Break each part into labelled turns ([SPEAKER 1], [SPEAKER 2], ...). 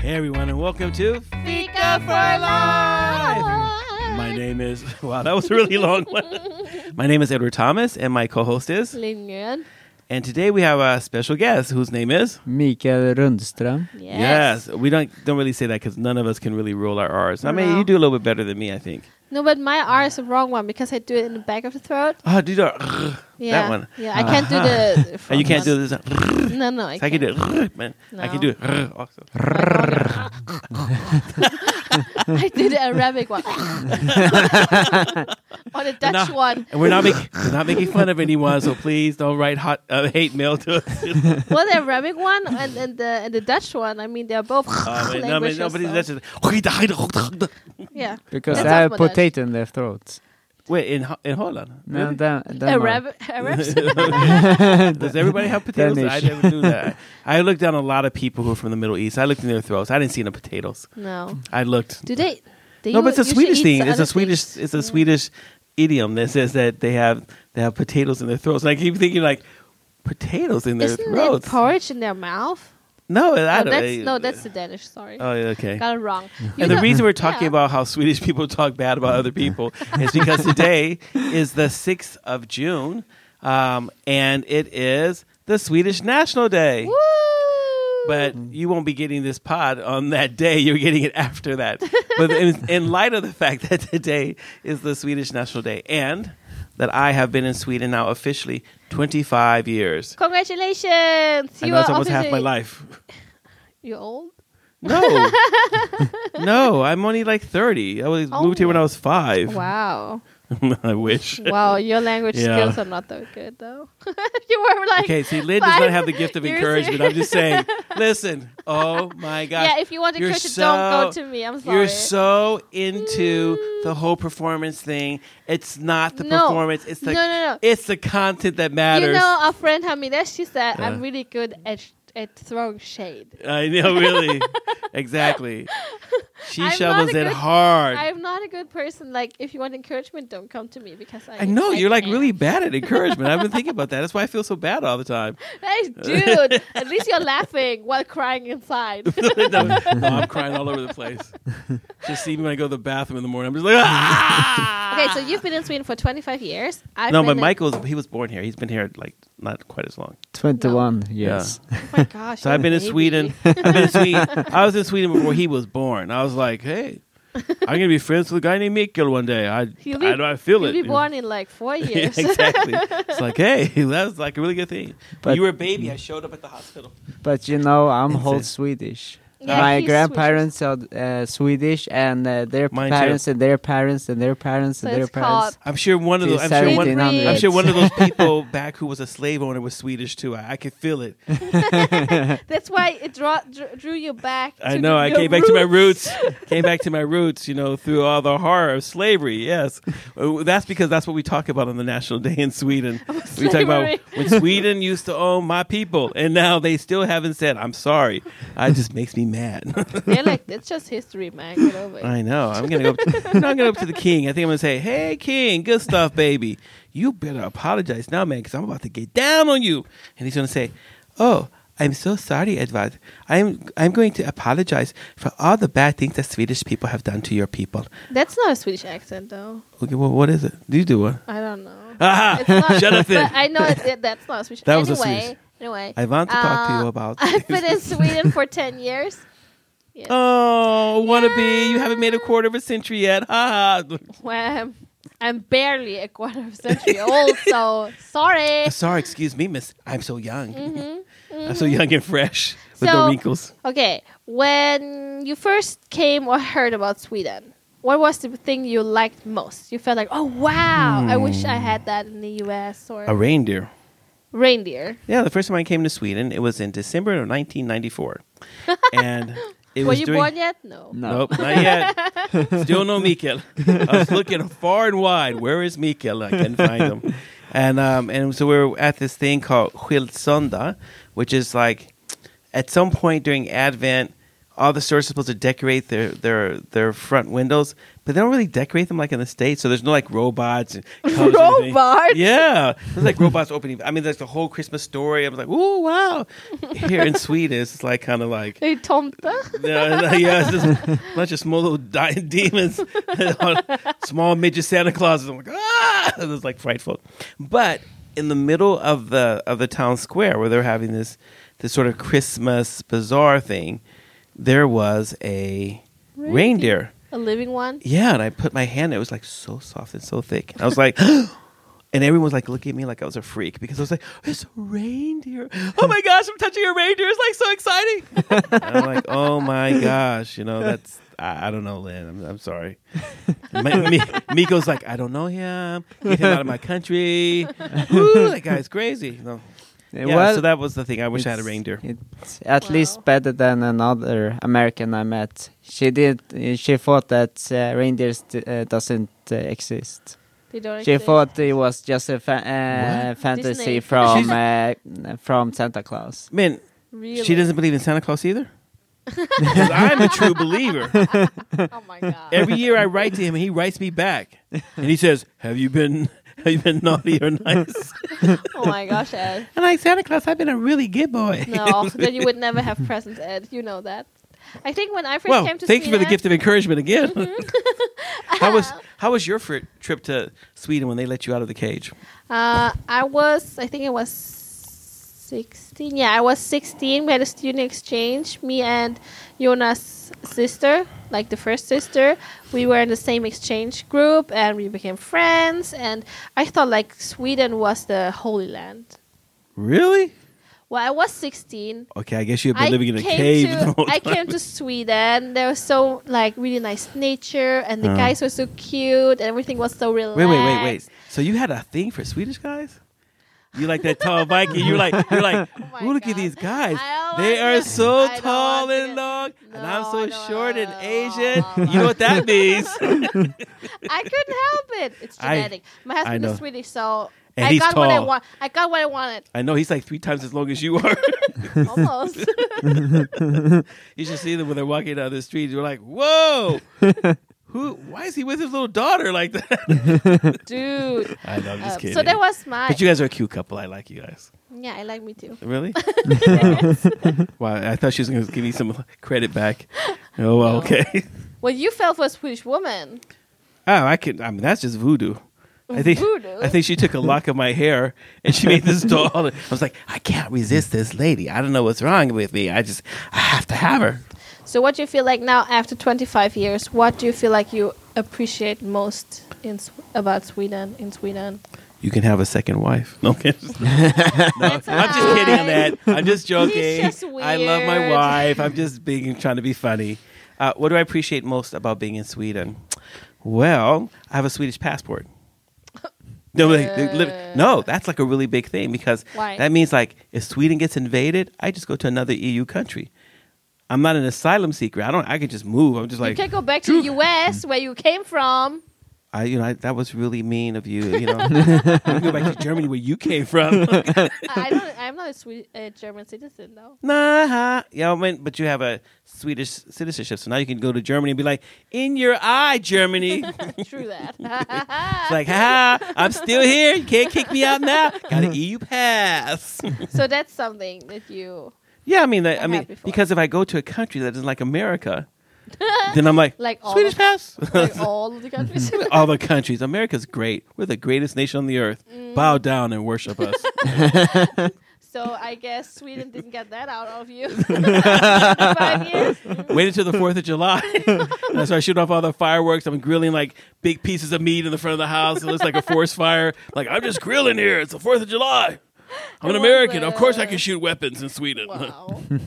[SPEAKER 1] Hey everyone, and welcome to
[SPEAKER 2] Fika for life.
[SPEAKER 1] my name is wow, that was a really long one. My name is Edward Thomas, and my co-host is.
[SPEAKER 2] Lindgren.
[SPEAKER 1] And today we have a special guest whose name is.
[SPEAKER 3] Mikael Rundström.
[SPEAKER 2] Yes.
[SPEAKER 1] we don't don't really say that because none of us can really roll our R's. I mean,
[SPEAKER 2] No.
[SPEAKER 1] you do a little bit better than me, I think.
[SPEAKER 2] No, but my R is the wrong one because I do it in the back of the throat.
[SPEAKER 1] Ah, do the
[SPEAKER 2] Yeah.
[SPEAKER 1] one.
[SPEAKER 2] Yeah, I can't do the.
[SPEAKER 1] and you can't
[SPEAKER 2] front
[SPEAKER 1] do this.
[SPEAKER 2] one. No, no, I
[SPEAKER 1] I can
[SPEAKER 2] can't.
[SPEAKER 1] do it, man. I can
[SPEAKER 2] No.
[SPEAKER 1] do it also.
[SPEAKER 2] I do the Arabic one. or the Dutch
[SPEAKER 1] No.
[SPEAKER 2] one.
[SPEAKER 1] And we're not making we're not making fun of anyone, so please don't write hot uh, hate mail to us.
[SPEAKER 2] Well, the Arabic one and, and the and the Dutch one. I mean, they're both
[SPEAKER 1] Uh, but no, but
[SPEAKER 2] languages.
[SPEAKER 1] nobody,
[SPEAKER 2] so-
[SPEAKER 1] that's just,
[SPEAKER 2] yeah.
[SPEAKER 3] Because
[SPEAKER 2] That's
[SPEAKER 3] I have
[SPEAKER 2] not what I-
[SPEAKER 3] potato in their throats.
[SPEAKER 1] Wait, in Ho- in Holland?
[SPEAKER 2] Mm.
[SPEAKER 3] No,
[SPEAKER 1] Really?
[SPEAKER 3] Dan- Denmark.
[SPEAKER 2] Arab, Arabs.
[SPEAKER 1] Does everybody have potatoes? I
[SPEAKER 3] Danish.
[SPEAKER 1] never knew that. I looked down a lot of people who are from the Middle East. I looked in their throats. I didn't see no potatoes.
[SPEAKER 2] no.
[SPEAKER 1] I looked.
[SPEAKER 2] Do they? they
[SPEAKER 1] no, but it's a
[SPEAKER 2] usually
[SPEAKER 1] Swedish
[SPEAKER 2] eat
[SPEAKER 1] thing.
[SPEAKER 2] the
[SPEAKER 1] It's
[SPEAKER 2] other Mm.
[SPEAKER 1] a Swedish.
[SPEAKER 2] things.
[SPEAKER 1] It's a Swedish idiom that says that they have they have potatoes in their throats. And I keep thinking like potatoes in their
[SPEAKER 2] Mm. Isn't
[SPEAKER 1] throats.
[SPEAKER 2] it porridge in their mouth?
[SPEAKER 1] no, I
[SPEAKER 2] No,
[SPEAKER 1] don't.
[SPEAKER 2] that's, no, that's the Danish. Sorry,
[SPEAKER 1] Oh, yeah, okay.
[SPEAKER 2] got it wrong. You
[SPEAKER 1] and the
[SPEAKER 2] know-
[SPEAKER 1] reason we're talking
[SPEAKER 2] yeah.
[SPEAKER 1] about how Swedish people talk bad about other people is because today is the 6th of June, um, and it is the Swedish National Day.
[SPEAKER 2] Woo!
[SPEAKER 1] But you won't be getting this pod on that day. You're getting it after that. But in, in light of the fact that today is the Swedish National Day and that I have been in Sweden now officially 25 years.
[SPEAKER 2] congratulations!
[SPEAKER 1] I
[SPEAKER 2] you
[SPEAKER 1] know
[SPEAKER 2] are
[SPEAKER 1] it's almost half my
[SPEAKER 2] officially-
[SPEAKER 1] life.
[SPEAKER 2] You're old.
[SPEAKER 1] No. no, I'm only like 30. I was
[SPEAKER 2] Oh.
[SPEAKER 1] moved here when I was five.
[SPEAKER 2] Wow,
[SPEAKER 1] I wish.
[SPEAKER 2] wow, your language
[SPEAKER 1] Yeah.
[SPEAKER 2] skills are not that good though. you were like,
[SPEAKER 1] Okay, see, Lynn does
[SPEAKER 2] five
[SPEAKER 1] not have the gift of
[SPEAKER 2] years
[SPEAKER 1] encouragement.
[SPEAKER 2] here.
[SPEAKER 1] I'm just saying, listen, oh my gosh.
[SPEAKER 2] yeah, if you want to
[SPEAKER 1] you're
[SPEAKER 2] coach it, don't go
[SPEAKER 1] so-
[SPEAKER 2] to me. I'm sorry.
[SPEAKER 1] You're so into the whole performance thing. It's not the
[SPEAKER 2] No.
[SPEAKER 1] performance. It's the
[SPEAKER 2] No, no, no.
[SPEAKER 1] it's the content that matters.
[SPEAKER 2] You know, our friend Hamida, she said,
[SPEAKER 1] Yeah.
[SPEAKER 2] I'm really good at sh- at throwing shade.
[SPEAKER 1] I know, really, exactly. She
[SPEAKER 2] I'm not
[SPEAKER 1] shovels
[SPEAKER 2] a
[SPEAKER 1] it
[SPEAKER 2] good-
[SPEAKER 1] hard. i
[SPEAKER 2] I'm not a good person. Like, if you want encouragement, don't come to me because I.
[SPEAKER 1] know you're like
[SPEAKER 2] can't.
[SPEAKER 1] really bad at encouragement. I've been thinking about that. That's why I feel so bad all the time.
[SPEAKER 2] Hey, dude, at least you're laughing while crying inside.
[SPEAKER 1] no, no, Oh, I'm crying all over the place. Just see me when I go to the bathroom in the morning. I'm just like, ah!
[SPEAKER 2] okay, so you've been in Sweden for 25 years. I've
[SPEAKER 1] No,
[SPEAKER 2] been
[SPEAKER 1] but
[SPEAKER 2] in-
[SPEAKER 1] Michael's he was born here. He's been here like not quite as long.
[SPEAKER 3] 21 years.
[SPEAKER 2] Oh my gosh.
[SPEAKER 1] So I've been in
[SPEAKER 2] baby.
[SPEAKER 1] Sweden. I've been in Sweden. I was in Sweden before he was born. I was like, hey, I'm gonna be friends with a guy named Mikkel one day. I
[SPEAKER 2] He'll
[SPEAKER 1] I, I feel
[SPEAKER 2] You'll
[SPEAKER 1] it.
[SPEAKER 2] be born in like four
[SPEAKER 1] Yeah,
[SPEAKER 2] years.
[SPEAKER 1] exactly. It's like, hey, that was like a really good thing. But
[SPEAKER 3] But-
[SPEAKER 1] you were a baby. I showed up at the hospital.
[SPEAKER 3] But you know, I'm
[SPEAKER 1] It's
[SPEAKER 3] whole
[SPEAKER 1] a-
[SPEAKER 3] Swedish.
[SPEAKER 2] Yeah,
[SPEAKER 3] My
[SPEAKER 2] he's
[SPEAKER 3] grandparents are uh, Swedish, and uh, their
[SPEAKER 1] Mine too.
[SPEAKER 3] parents, and their parents, and their parents,
[SPEAKER 2] So
[SPEAKER 3] and their
[SPEAKER 2] it's called.
[SPEAKER 3] parents.
[SPEAKER 1] I'm sure one of
[SPEAKER 3] Till
[SPEAKER 1] those. I'm sure one.
[SPEAKER 3] 1700s.
[SPEAKER 1] I'm sure one of those people back who was a slave owner was Swedish too. I, I could feel it.
[SPEAKER 2] That's why it draw, dr- drew you back.
[SPEAKER 1] I
[SPEAKER 2] to
[SPEAKER 1] know.
[SPEAKER 2] the-
[SPEAKER 1] I
[SPEAKER 2] your
[SPEAKER 1] came back to my roots. came back to my roots. You know, through all the horror of slavery. Yes, Uh, that's because that's what we talk about on the National Day in Sweden.
[SPEAKER 2] Oh,
[SPEAKER 1] We talk about
[SPEAKER 2] Slavery.
[SPEAKER 1] when Sweden used to own my people, and now they still haven't said, "I'm sorry." I it just makes me mad.
[SPEAKER 2] They're like, it's just history, man. Get over it.
[SPEAKER 1] I know. I'm gonna go. Up to, no, I'm gonna go up to the king. I think I'm gonna say, "Hey, king, good stuff, baby. You better apologize now, man, because I'm about to get down on you." And he's gonna say, "Oh, I'm so sorry, Edvard. I'm I'm going to apologize for all the bad things that Swedish people have done to your people."
[SPEAKER 2] That's not a Swedish accent, though.
[SPEAKER 1] Okay, well, what is it? Do you do one?
[SPEAKER 2] I don't know.
[SPEAKER 1] Ah,
[SPEAKER 2] It's not,
[SPEAKER 1] shut up
[SPEAKER 2] But
[SPEAKER 1] then.
[SPEAKER 2] I know it, it- that's not a Swedish.
[SPEAKER 1] That was
[SPEAKER 2] anyway,
[SPEAKER 1] a Swedish.
[SPEAKER 2] Anyway,
[SPEAKER 1] I want to talk to you
[SPEAKER 2] uh,
[SPEAKER 1] about
[SPEAKER 2] I've been in Sweden for 10 years. Yeah.
[SPEAKER 1] Oh, wannabe, you haven't made a quarter of a century yet. Ha ha.
[SPEAKER 2] Well, I'm barely a quarter of a century old, so sorry.
[SPEAKER 1] Sorry, excuse me, miss. I'm so young.
[SPEAKER 2] Mhm.
[SPEAKER 1] I'm so young and fresh with no
[SPEAKER 2] So-
[SPEAKER 1] wrinkles.
[SPEAKER 2] mm-hmm. Okay, when you first came or heard about Sweden, what was the thing you liked most? You felt like, oh wow, I wish I had that in the U.S. or
[SPEAKER 1] Hmm. A reindeer.
[SPEAKER 2] reindeer.
[SPEAKER 1] Yeah, the first time I came to Sweden, it was in December of 1994, and it
[SPEAKER 2] Were
[SPEAKER 1] was
[SPEAKER 2] you
[SPEAKER 1] during.
[SPEAKER 2] born yet? No.
[SPEAKER 3] No.
[SPEAKER 1] Nope, not yet. Still no Mikkel. I was looking far and wide. Where is Mikkel? I couldn't find him. And um, and so we were at this thing called Skilsonda, which is like at some point during Advent, all the stores are supposed to decorate their their their front windows, but they don't really decorate them like in the states. So there's no like robots and colors or anything.
[SPEAKER 2] Robots?
[SPEAKER 1] Yeah, there's like robots opening. I mean, there's the whole Christmas story. I was like, ooh, wow. Here in Sweden, it's like kind of like
[SPEAKER 2] They tomta.
[SPEAKER 1] no, no, yeah, it's just a bunch of small little di- demons, small midget Santa Clauses. I'm like, ah, it was like frightful. But in the middle of the of the town square where they're having this this sort of Christmas bazaar thing, there was a
[SPEAKER 2] Reindeer.
[SPEAKER 1] reindeer.
[SPEAKER 2] A living one.
[SPEAKER 1] Yeah, and I put my hand. It was like so soft and so thick. And I was like, and everyone was like looking at me like I was a freak because I was like, it's a reindeer. Oh my gosh, I'm touching a reindeer. It's like so exciting. And I'm like, oh my gosh, you know that's. I, I don't know, Lynn. I'm, I'm sorry. Mi- Mi- Miko's like, I don't know him. Get him out of my country. Woo, that guy's crazy. No. Yeah,
[SPEAKER 3] Well,
[SPEAKER 1] so that was the thing. I wish I had a
[SPEAKER 3] it's-
[SPEAKER 1] reindeer.
[SPEAKER 3] It's at
[SPEAKER 2] Wow.
[SPEAKER 3] least better than another American I met. She did. She thought that uh, reindeers d- uh, doesn't uh, exist.
[SPEAKER 2] They don't
[SPEAKER 3] She
[SPEAKER 2] exist.
[SPEAKER 3] thought it was just a fa- uh,
[SPEAKER 2] Disney.
[SPEAKER 3] fantasy from uh, from Santa Claus.
[SPEAKER 1] Man,
[SPEAKER 2] Really?
[SPEAKER 1] she doesn't believe in Santa Claus either. 'Cause I'm a true believer.
[SPEAKER 2] Oh my god.
[SPEAKER 1] Every year I write to him, and he writes me back, and he says, "Have you been have you been naughty or nice?"
[SPEAKER 2] oh my gosh, Ed.
[SPEAKER 1] And like Santa Claus, I've been a really good boy.
[SPEAKER 2] No, then you would never have presents, Ed. You know that. I think when I first
[SPEAKER 1] well,
[SPEAKER 2] came to Mm-hmm.
[SPEAKER 1] thank you for the
[SPEAKER 2] Sweden-
[SPEAKER 1] gift of encouragement again. how was how was your fir- trip to Sweden when they let you out of the cage?
[SPEAKER 2] Uh, I was, I think it was 16. Yeah, I was 16. We had a student exchange. Me and Jonas' sister, like the first sister, we were in the same exchange group and we became friends. And I thought like Sweden was the Holy Land.
[SPEAKER 1] Really?
[SPEAKER 2] Well, I was 16.
[SPEAKER 1] Okay, I guess you've been
[SPEAKER 2] I
[SPEAKER 1] living in a
[SPEAKER 2] came
[SPEAKER 1] cave
[SPEAKER 2] to-
[SPEAKER 1] the whole
[SPEAKER 2] I
[SPEAKER 1] time.
[SPEAKER 2] came to Sweden. There was so like really nice nature, and the
[SPEAKER 1] Oh.
[SPEAKER 2] guys were so cute, and everything was so relaxed.
[SPEAKER 1] wait, wait, wait, wait. So you had a thing for Swedish guys? You like that tall Viking? You're like, you're like,
[SPEAKER 2] Oh my
[SPEAKER 1] "Ooh, look at
[SPEAKER 2] God.
[SPEAKER 1] these guys.
[SPEAKER 2] Oh, I
[SPEAKER 1] They
[SPEAKER 2] don't
[SPEAKER 1] are
[SPEAKER 2] want
[SPEAKER 1] so
[SPEAKER 2] to- I don't
[SPEAKER 1] tall
[SPEAKER 2] want to-
[SPEAKER 1] and long, and I'm
[SPEAKER 2] No,
[SPEAKER 1] so
[SPEAKER 2] I don't-
[SPEAKER 1] short and
[SPEAKER 2] uh,
[SPEAKER 1] Asian.
[SPEAKER 2] uh,
[SPEAKER 1] You know what that means?
[SPEAKER 2] I couldn't help it. It's
[SPEAKER 1] I-
[SPEAKER 2] genetic. My husband
[SPEAKER 1] know.
[SPEAKER 2] is Swedish, so
[SPEAKER 1] And
[SPEAKER 2] I
[SPEAKER 1] he's
[SPEAKER 2] got what I
[SPEAKER 1] tall.
[SPEAKER 2] want. I got what I wanted
[SPEAKER 1] I know he's like three times as long as you are.
[SPEAKER 2] almost.
[SPEAKER 1] you should see them when they're walking down the street. You're like, whoa, who? Why is he with his little daughter like that?
[SPEAKER 2] Dude.
[SPEAKER 1] I know, I'm just
[SPEAKER 2] Um,
[SPEAKER 1] kidding.
[SPEAKER 2] so that was my
[SPEAKER 1] But you guys are a cute couple. I like you guys.
[SPEAKER 2] Yeah, I like me too.
[SPEAKER 1] Really? wow. I thought she was going to give me some credit back. Oh, well, okay.
[SPEAKER 2] Well, you fell for a Swedish woman.
[SPEAKER 1] Oh, I can. I mean, that's just voodoo. I think
[SPEAKER 2] Voodoo?
[SPEAKER 1] I think she took a lock of my hair and she made this doll. I was like, I can't resist this lady. I don't know what's wrong with me. I just I have to have her.
[SPEAKER 2] So what do you feel like now after 25 years? What do you feel like you appreciate most in Sw- about Sweden in Sweden?
[SPEAKER 1] You can have a second wife. No, I'm kidding.
[SPEAKER 2] That's
[SPEAKER 1] I'm just kidding on that. I'm just joking.
[SPEAKER 2] just
[SPEAKER 1] I love my
[SPEAKER 2] weird.
[SPEAKER 1] wife. I'm just being trying to be funny. Uh, what do I appreciate most about being in Sweden? Well, I have a Swedish passport. No, like, li- li- no, that's like a really big thing because
[SPEAKER 2] Uh. Why?
[SPEAKER 1] that means like if Sweden gets invaded, I just go to another EU country. I'm not an asylum seeker. I don't. I can just move. I'm just
[SPEAKER 2] you
[SPEAKER 1] like
[SPEAKER 2] can go back to the US where you came from.
[SPEAKER 1] I, you know, I, that was really mean of you. You know, you can go back to Germany where you came from.
[SPEAKER 2] I I don't. I'm not a Swedish, uh, German citizen though.
[SPEAKER 1] Nah, yeah, I mean, but you have a Swedish citizenship, so now you can go to Germany and be like, "In your eye, Germany!" it's
[SPEAKER 2] True that.
[SPEAKER 1] like, "Ha, ha, I'm still here. You can't kick me out now. Got an EU pass."
[SPEAKER 2] so that's something that you
[SPEAKER 1] yeah, I mean, that, I
[SPEAKER 2] I'm
[SPEAKER 1] mean,
[SPEAKER 2] happy for
[SPEAKER 1] because if I go to a country that isn't like America, then I'm like,
[SPEAKER 2] Like all
[SPEAKER 1] Swedish
[SPEAKER 2] of-
[SPEAKER 1] pass.
[SPEAKER 2] like all of the countries.
[SPEAKER 1] All the countries. America's great. We're the greatest nation on the earth. Bow down and worship us.
[SPEAKER 2] so I guess Sweden didn't get that out of you. Five years.
[SPEAKER 1] Wait until the Fourth of July. and I start shooting off all the fireworks. I'm grilling like big pieces of meat in the front of the house. It looks like a forest fire. Like I'm just grilling here. It's the Fourth of July. I'm an
[SPEAKER 2] I
[SPEAKER 1] American. Of course, I
[SPEAKER 2] wonder.
[SPEAKER 1] can shoot weapons in Sweden.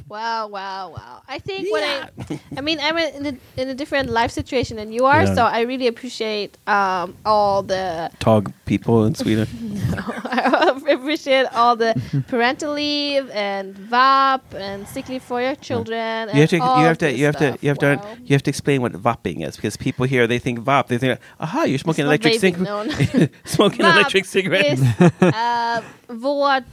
[SPEAKER 2] Wow. wow, wow, wow. I think when
[SPEAKER 1] Yeah.
[SPEAKER 2] I, I mean, I'm in a, in a different life situation than you are,
[SPEAKER 1] Yeah.
[SPEAKER 2] so I really appreciate um, all the
[SPEAKER 1] Tall people in Sweden.
[SPEAKER 2] I appreciate all the parental leave and VAP and sick leave for your children.
[SPEAKER 1] You have to, you
[SPEAKER 2] and all
[SPEAKER 1] have to,
[SPEAKER 2] this
[SPEAKER 1] you have to,
[SPEAKER 2] stuff.
[SPEAKER 1] you have
[SPEAKER 2] Wow.
[SPEAKER 1] to, you have to explain what vaping is because people here they think vap. They think, aha, you're smoking
[SPEAKER 2] not
[SPEAKER 1] electric
[SPEAKER 2] vaping, no,
[SPEAKER 1] cigarette. smoking
[SPEAKER 2] VAP
[SPEAKER 1] electric cigarette.
[SPEAKER 2] Is, uh, what?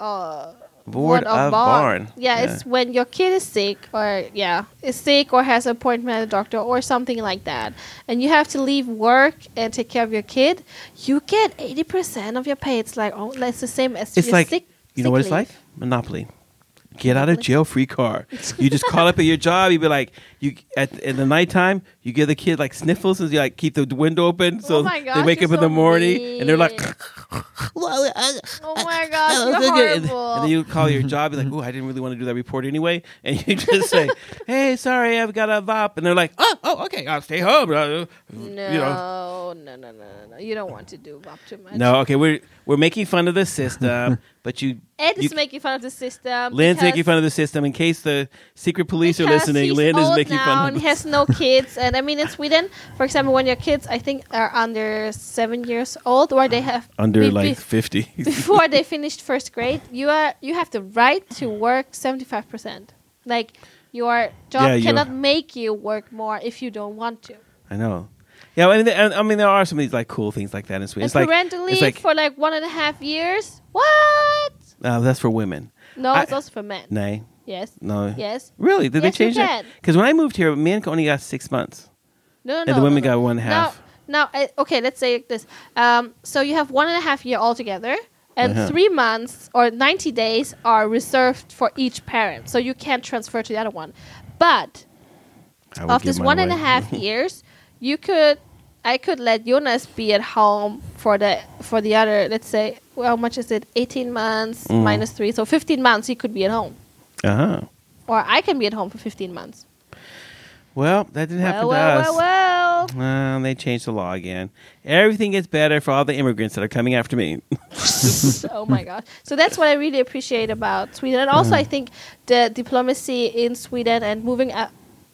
[SPEAKER 2] Uh,
[SPEAKER 1] Ward of barn.
[SPEAKER 2] Yeah, it's when your kid is sick or yeah, is sick or has an appointment at a doctor or something like that, and you have to leave work and take care of your kid. You get eighty percent of your pay. It's like oh, that's the same as
[SPEAKER 1] It's
[SPEAKER 2] your
[SPEAKER 1] like
[SPEAKER 2] sick.
[SPEAKER 1] you know what it's
[SPEAKER 2] sick
[SPEAKER 1] like?
[SPEAKER 2] leave.
[SPEAKER 1] Monopoly. Get out of
[SPEAKER 2] Monopoly.
[SPEAKER 1] jail free card. You just call up at your job. You be like, you at in the nighttime, you give the kid like sniffles, and you like keep the window open, so
[SPEAKER 2] Oh my
[SPEAKER 1] they
[SPEAKER 2] gosh,
[SPEAKER 1] wake
[SPEAKER 2] you're
[SPEAKER 1] up in the
[SPEAKER 2] so
[SPEAKER 1] morning and they're like,
[SPEAKER 2] mean.
[SPEAKER 1] oh
[SPEAKER 2] Oh my gosh, you're
[SPEAKER 1] and,
[SPEAKER 2] horrible.
[SPEAKER 1] and then you call your job, you're like, oh, I didn't really want to do that report anyway, and you just say, hey, sorry, I've got a VOP, and they're like, oh, oh, okay, I'll stay home. No,
[SPEAKER 2] no, no, no, no, no, no. You don't want to do up too much.
[SPEAKER 1] no, okay, we're we're making fun of the system, but you
[SPEAKER 2] Ed is
[SPEAKER 1] you-
[SPEAKER 2] making fun of the system.
[SPEAKER 1] Lynn's making
[SPEAKER 2] Um, because-
[SPEAKER 1] fun of the system. In case the secret police are
[SPEAKER 2] because
[SPEAKER 1] listening,
[SPEAKER 2] he's
[SPEAKER 1] Lynn is
[SPEAKER 2] old
[SPEAKER 1] making
[SPEAKER 2] now
[SPEAKER 1] fun
[SPEAKER 2] and
[SPEAKER 1] of
[SPEAKER 2] he has no kids. And I mean, in Sweden, for example, when your kids, I think, are under seven years old, or they have be- be-
[SPEAKER 1] 50.
[SPEAKER 2] before they finished first grade, you are you have the right to work seventy five percent. Like your job
[SPEAKER 1] Yeah, you-
[SPEAKER 2] cannot make you work more if you don't want to.
[SPEAKER 1] I know. Yeah, I mean, there- I mean, there are some of these like cool things like that in Sweden.
[SPEAKER 2] And
[SPEAKER 1] It's like,
[SPEAKER 2] parental
[SPEAKER 1] it's
[SPEAKER 2] leave
[SPEAKER 1] like
[SPEAKER 2] for like one and a half years. What?
[SPEAKER 1] uh, that's for women.
[SPEAKER 2] No,
[SPEAKER 1] I-
[SPEAKER 2] it's also for men.
[SPEAKER 1] Nay,
[SPEAKER 2] Yes.
[SPEAKER 1] no.
[SPEAKER 2] Yes.
[SPEAKER 1] Really? Did
[SPEAKER 2] Yes,
[SPEAKER 1] they
[SPEAKER 2] you
[SPEAKER 1] change that?
[SPEAKER 2] can.
[SPEAKER 1] Because when I moved here, men only got six months,
[SPEAKER 2] No, no,
[SPEAKER 1] and
[SPEAKER 2] no.
[SPEAKER 1] the
[SPEAKER 2] no,
[SPEAKER 1] women
[SPEAKER 2] no.
[SPEAKER 1] got one half.
[SPEAKER 2] Now, now, uh, okay, let's say this. Um, so you have one and a half year altogether, and
[SPEAKER 1] Uh-huh.
[SPEAKER 2] three months or 90 days are reserved for each parent. So you can't transfer to the other one. But
[SPEAKER 1] I would
[SPEAKER 2] of
[SPEAKER 1] give
[SPEAKER 2] this
[SPEAKER 1] mine
[SPEAKER 2] one and a
[SPEAKER 1] away.
[SPEAKER 2] half years, you could, I could let Jonas be at home for the for the other. Let's say, well, how much is it? 18 months
[SPEAKER 1] Mm.
[SPEAKER 2] minus three, so 15 months he could be at home,
[SPEAKER 1] Uh-huh.
[SPEAKER 2] or I can be at home for 15 months.
[SPEAKER 1] Well, that didn't happen
[SPEAKER 2] Well, well,
[SPEAKER 1] to us.
[SPEAKER 2] well, well.
[SPEAKER 1] Uh, they changed the law again. Everything gets better for all the immigrants that are coming after me.
[SPEAKER 2] oh my gosh. So that's what I really appreciate about Sweden. And also,
[SPEAKER 1] Mm.
[SPEAKER 2] I think the diplomacy in Sweden and moving a-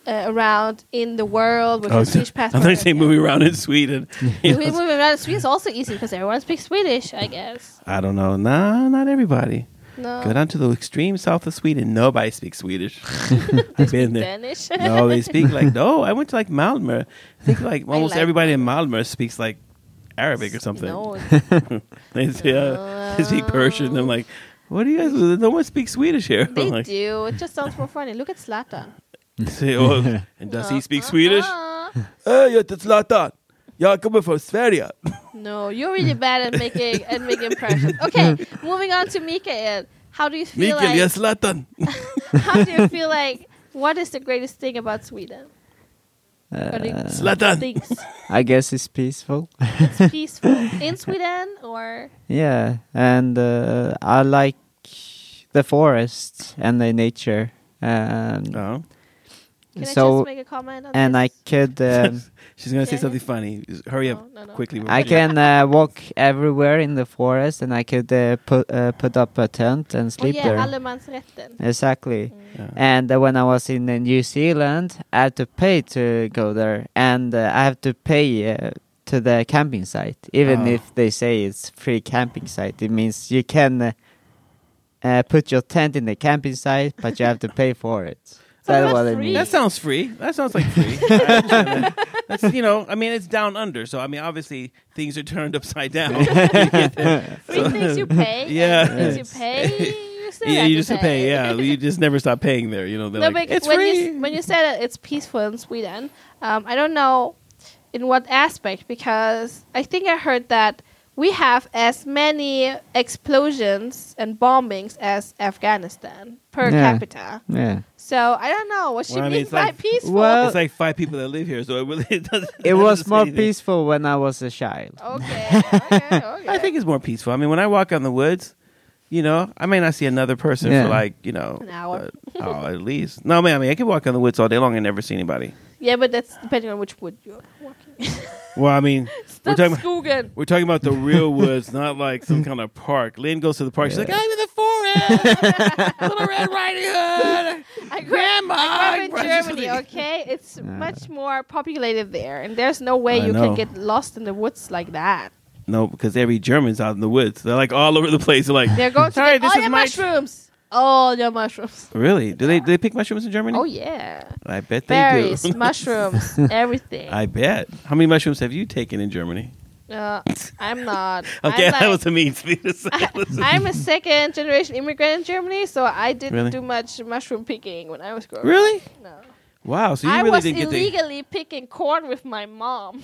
[SPEAKER 2] uh, around in the world with
[SPEAKER 1] Oh,
[SPEAKER 2] your Swedish
[SPEAKER 1] I'm
[SPEAKER 2] passport.
[SPEAKER 1] going to say moving around in Sweden. You know,
[SPEAKER 2] Moving moving around in Sweden is also easy because everyone speaks Swedish, I guess.
[SPEAKER 1] I don't know. Nah, not everybody.
[SPEAKER 2] No.
[SPEAKER 1] Go down to the extreme south of Sweden. Nobody speaks Swedish. I've been there.
[SPEAKER 2] Danish.
[SPEAKER 1] No, they speak like no. I went to like Malmo. I think like almost
[SPEAKER 2] like
[SPEAKER 1] everybody in Malmo speaks like Arabic or something.
[SPEAKER 2] No.
[SPEAKER 1] They say, uh, they speak Persian. I'm like, what do you guys? No one speaks Swedish here.
[SPEAKER 2] They
[SPEAKER 1] I'm like,
[SPEAKER 2] do. It just sounds more funny. Look at Uh-huh. Slatan.
[SPEAKER 1] say, oh, and does he speak Swedish?
[SPEAKER 2] Uh-uh.
[SPEAKER 1] Hey, jag heter Zlatan. Jag kommer från Sverige.
[SPEAKER 2] No, you're really bad at making at making impressions. Okay, moving on to Mikael. How do you feel
[SPEAKER 1] Mikael,
[SPEAKER 2] like
[SPEAKER 1] jag är Zlatan.
[SPEAKER 2] How do you feel like? What is the greatest thing about Sweden? Or the
[SPEAKER 3] Uh,
[SPEAKER 1] Zlatan.
[SPEAKER 2] Things
[SPEAKER 3] I guess it's peaceful.
[SPEAKER 2] it's peaceful in Sweden, or
[SPEAKER 3] Yeah, and uh, I like the forest and the nature. Um,
[SPEAKER 1] Oh.
[SPEAKER 2] can I
[SPEAKER 3] So-
[SPEAKER 2] just make a comment? On
[SPEAKER 3] and I
[SPEAKER 2] this?
[SPEAKER 3] could, um,
[SPEAKER 1] She's gonna say
[SPEAKER 2] Yeah.
[SPEAKER 1] something funny. Hurry up,
[SPEAKER 2] No, Oh, no, no.
[SPEAKER 1] quickly.
[SPEAKER 3] I can uh, walk everywhere in the forest, and I could uh, put uh, put up a tent and
[SPEAKER 2] oh
[SPEAKER 3] sleep
[SPEAKER 2] yeah,
[SPEAKER 3] there.
[SPEAKER 2] allemansrätten.
[SPEAKER 3] Exactly.
[SPEAKER 1] Yeah.
[SPEAKER 3] And uh, when I was in uh, New Zealand, I had to pay to go there, and uh, I have to pay uh, to the camping site. Even
[SPEAKER 1] Oh.
[SPEAKER 3] if they say it's free camping site, it means you can uh, uh, put your tent in the camping site, but you have to pay for it.
[SPEAKER 2] that's
[SPEAKER 3] That's what I
[SPEAKER 2] free.
[SPEAKER 3] mean.
[SPEAKER 1] That sounds free. That sounds like free. That's you know, I mean, it's down under. So I mean, obviously things are turned upside down.
[SPEAKER 2] Free things you pay. and
[SPEAKER 1] Yeah.
[SPEAKER 2] things
[SPEAKER 3] Yes.
[SPEAKER 2] you pay. You still
[SPEAKER 1] yeah,
[SPEAKER 2] have
[SPEAKER 1] you
[SPEAKER 2] to
[SPEAKER 1] just pay. Yeah, you just never stop paying there. You know, they're
[SPEAKER 2] No,
[SPEAKER 1] like,
[SPEAKER 2] but
[SPEAKER 1] it's
[SPEAKER 2] when
[SPEAKER 1] free.
[SPEAKER 2] you s- when you said it, it's peaceful in Sweden. Um, I don't know in what aspect because I think I heard that we have as many explosions and bombings as Afghanistan per
[SPEAKER 3] Yeah.
[SPEAKER 2] capita.
[SPEAKER 3] Yeah.
[SPEAKER 2] So I don't know what she
[SPEAKER 1] Well, I mean,
[SPEAKER 2] means
[SPEAKER 1] it's like-
[SPEAKER 2] by peaceful.
[SPEAKER 3] Well-
[SPEAKER 1] it's like five people that live here, so it really doesn't.
[SPEAKER 3] Uh, It
[SPEAKER 1] doesn't
[SPEAKER 3] was
[SPEAKER 1] say
[SPEAKER 3] more
[SPEAKER 1] anything.
[SPEAKER 3] peaceful when I was a child.
[SPEAKER 2] okay, okay, okay.
[SPEAKER 1] I think it's more peaceful. I mean, when I walk out in the woods, you know, I may not see another person
[SPEAKER 3] Yeah.
[SPEAKER 1] for like you know
[SPEAKER 2] An hour.
[SPEAKER 1] uh, oh, at least. No, I mean, I mean, I could walk out in the woods all day long and never see anybody.
[SPEAKER 2] yeah, but that's depending on which wood you're walking.
[SPEAKER 1] Well, I mean, we're
[SPEAKER 2] Stop
[SPEAKER 1] talking.
[SPEAKER 2] skogen.
[SPEAKER 1] We're talking about the real woods, not like some kind of park. Lynn goes to the park. She's like, "Ah,
[SPEAKER 3] Yeah.
[SPEAKER 1] I'm in the forest. Little Red Riding Hood.
[SPEAKER 2] I grew,
[SPEAKER 1] Grandma.
[SPEAKER 2] I grew up in
[SPEAKER 1] brushes
[SPEAKER 2] Germany,
[SPEAKER 1] with-
[SPEAKER 2] okay? It's
[SPEAKER 3] Yeah.
[SPEAKER 2] much more populated there, and there's no way
[SPEAKER 1] I
[SPEAKER 2] you
[SPEAKER 1] know.
[SPEAKER 2] can get lost in the woods like that.
[SPEAKER 1] No, because every German's out in the woods. They're like all over the place. They're like,
[SPEAKER 2] They're going to
[SPEAKER 1] Sorry,
[SPEAKER 2] get
[SPEAKER 1] this
[SPEAKER 2] all
[SPEAKER 1] is
[SPEAKER 2] your
[SPEAKER 1] my-
[SPEAKER 2] mushrooms. All your mushrooms.
[SPEAKER 1] really? Do they do they pick mushrooms in Germany?
[SPEAKER 2] Oh, yeah.
[SPEAKER 1] I bet they
[SPEAKER 2] Berries,
[SPEAKER 1] do.
[SPEAKER 2] mushrooms, everything.
[SPEAKER 1] I bet. How many mushrooms have you taken in Germany?
[SPEAKER 2] Uh, I'm not.
[SPEAKER 1] Okay,
[SPEAKER 2] I'm
[SPEAKER 1] that
[SPEAKER 2] like-
[SPEAKER 1] was a mean speed. to say.
[SPEAKER 2] I'm a second generation immigrant in Germany, so I didn't
[SPEAKER 1] Really?
[SPEAKER 2] do much mushroom picking when I was growing up.
[SPEAKER 1] really?
[SPEAKER 2] No.
[SPEAKER 1] Wow. So you
[SPEAKER 2] I
[SPEAKER 1] really
[SPEAKER 2] was
[SPEAKER 1] didn't
[SPEAKER 2] illegally picking corn with my mom.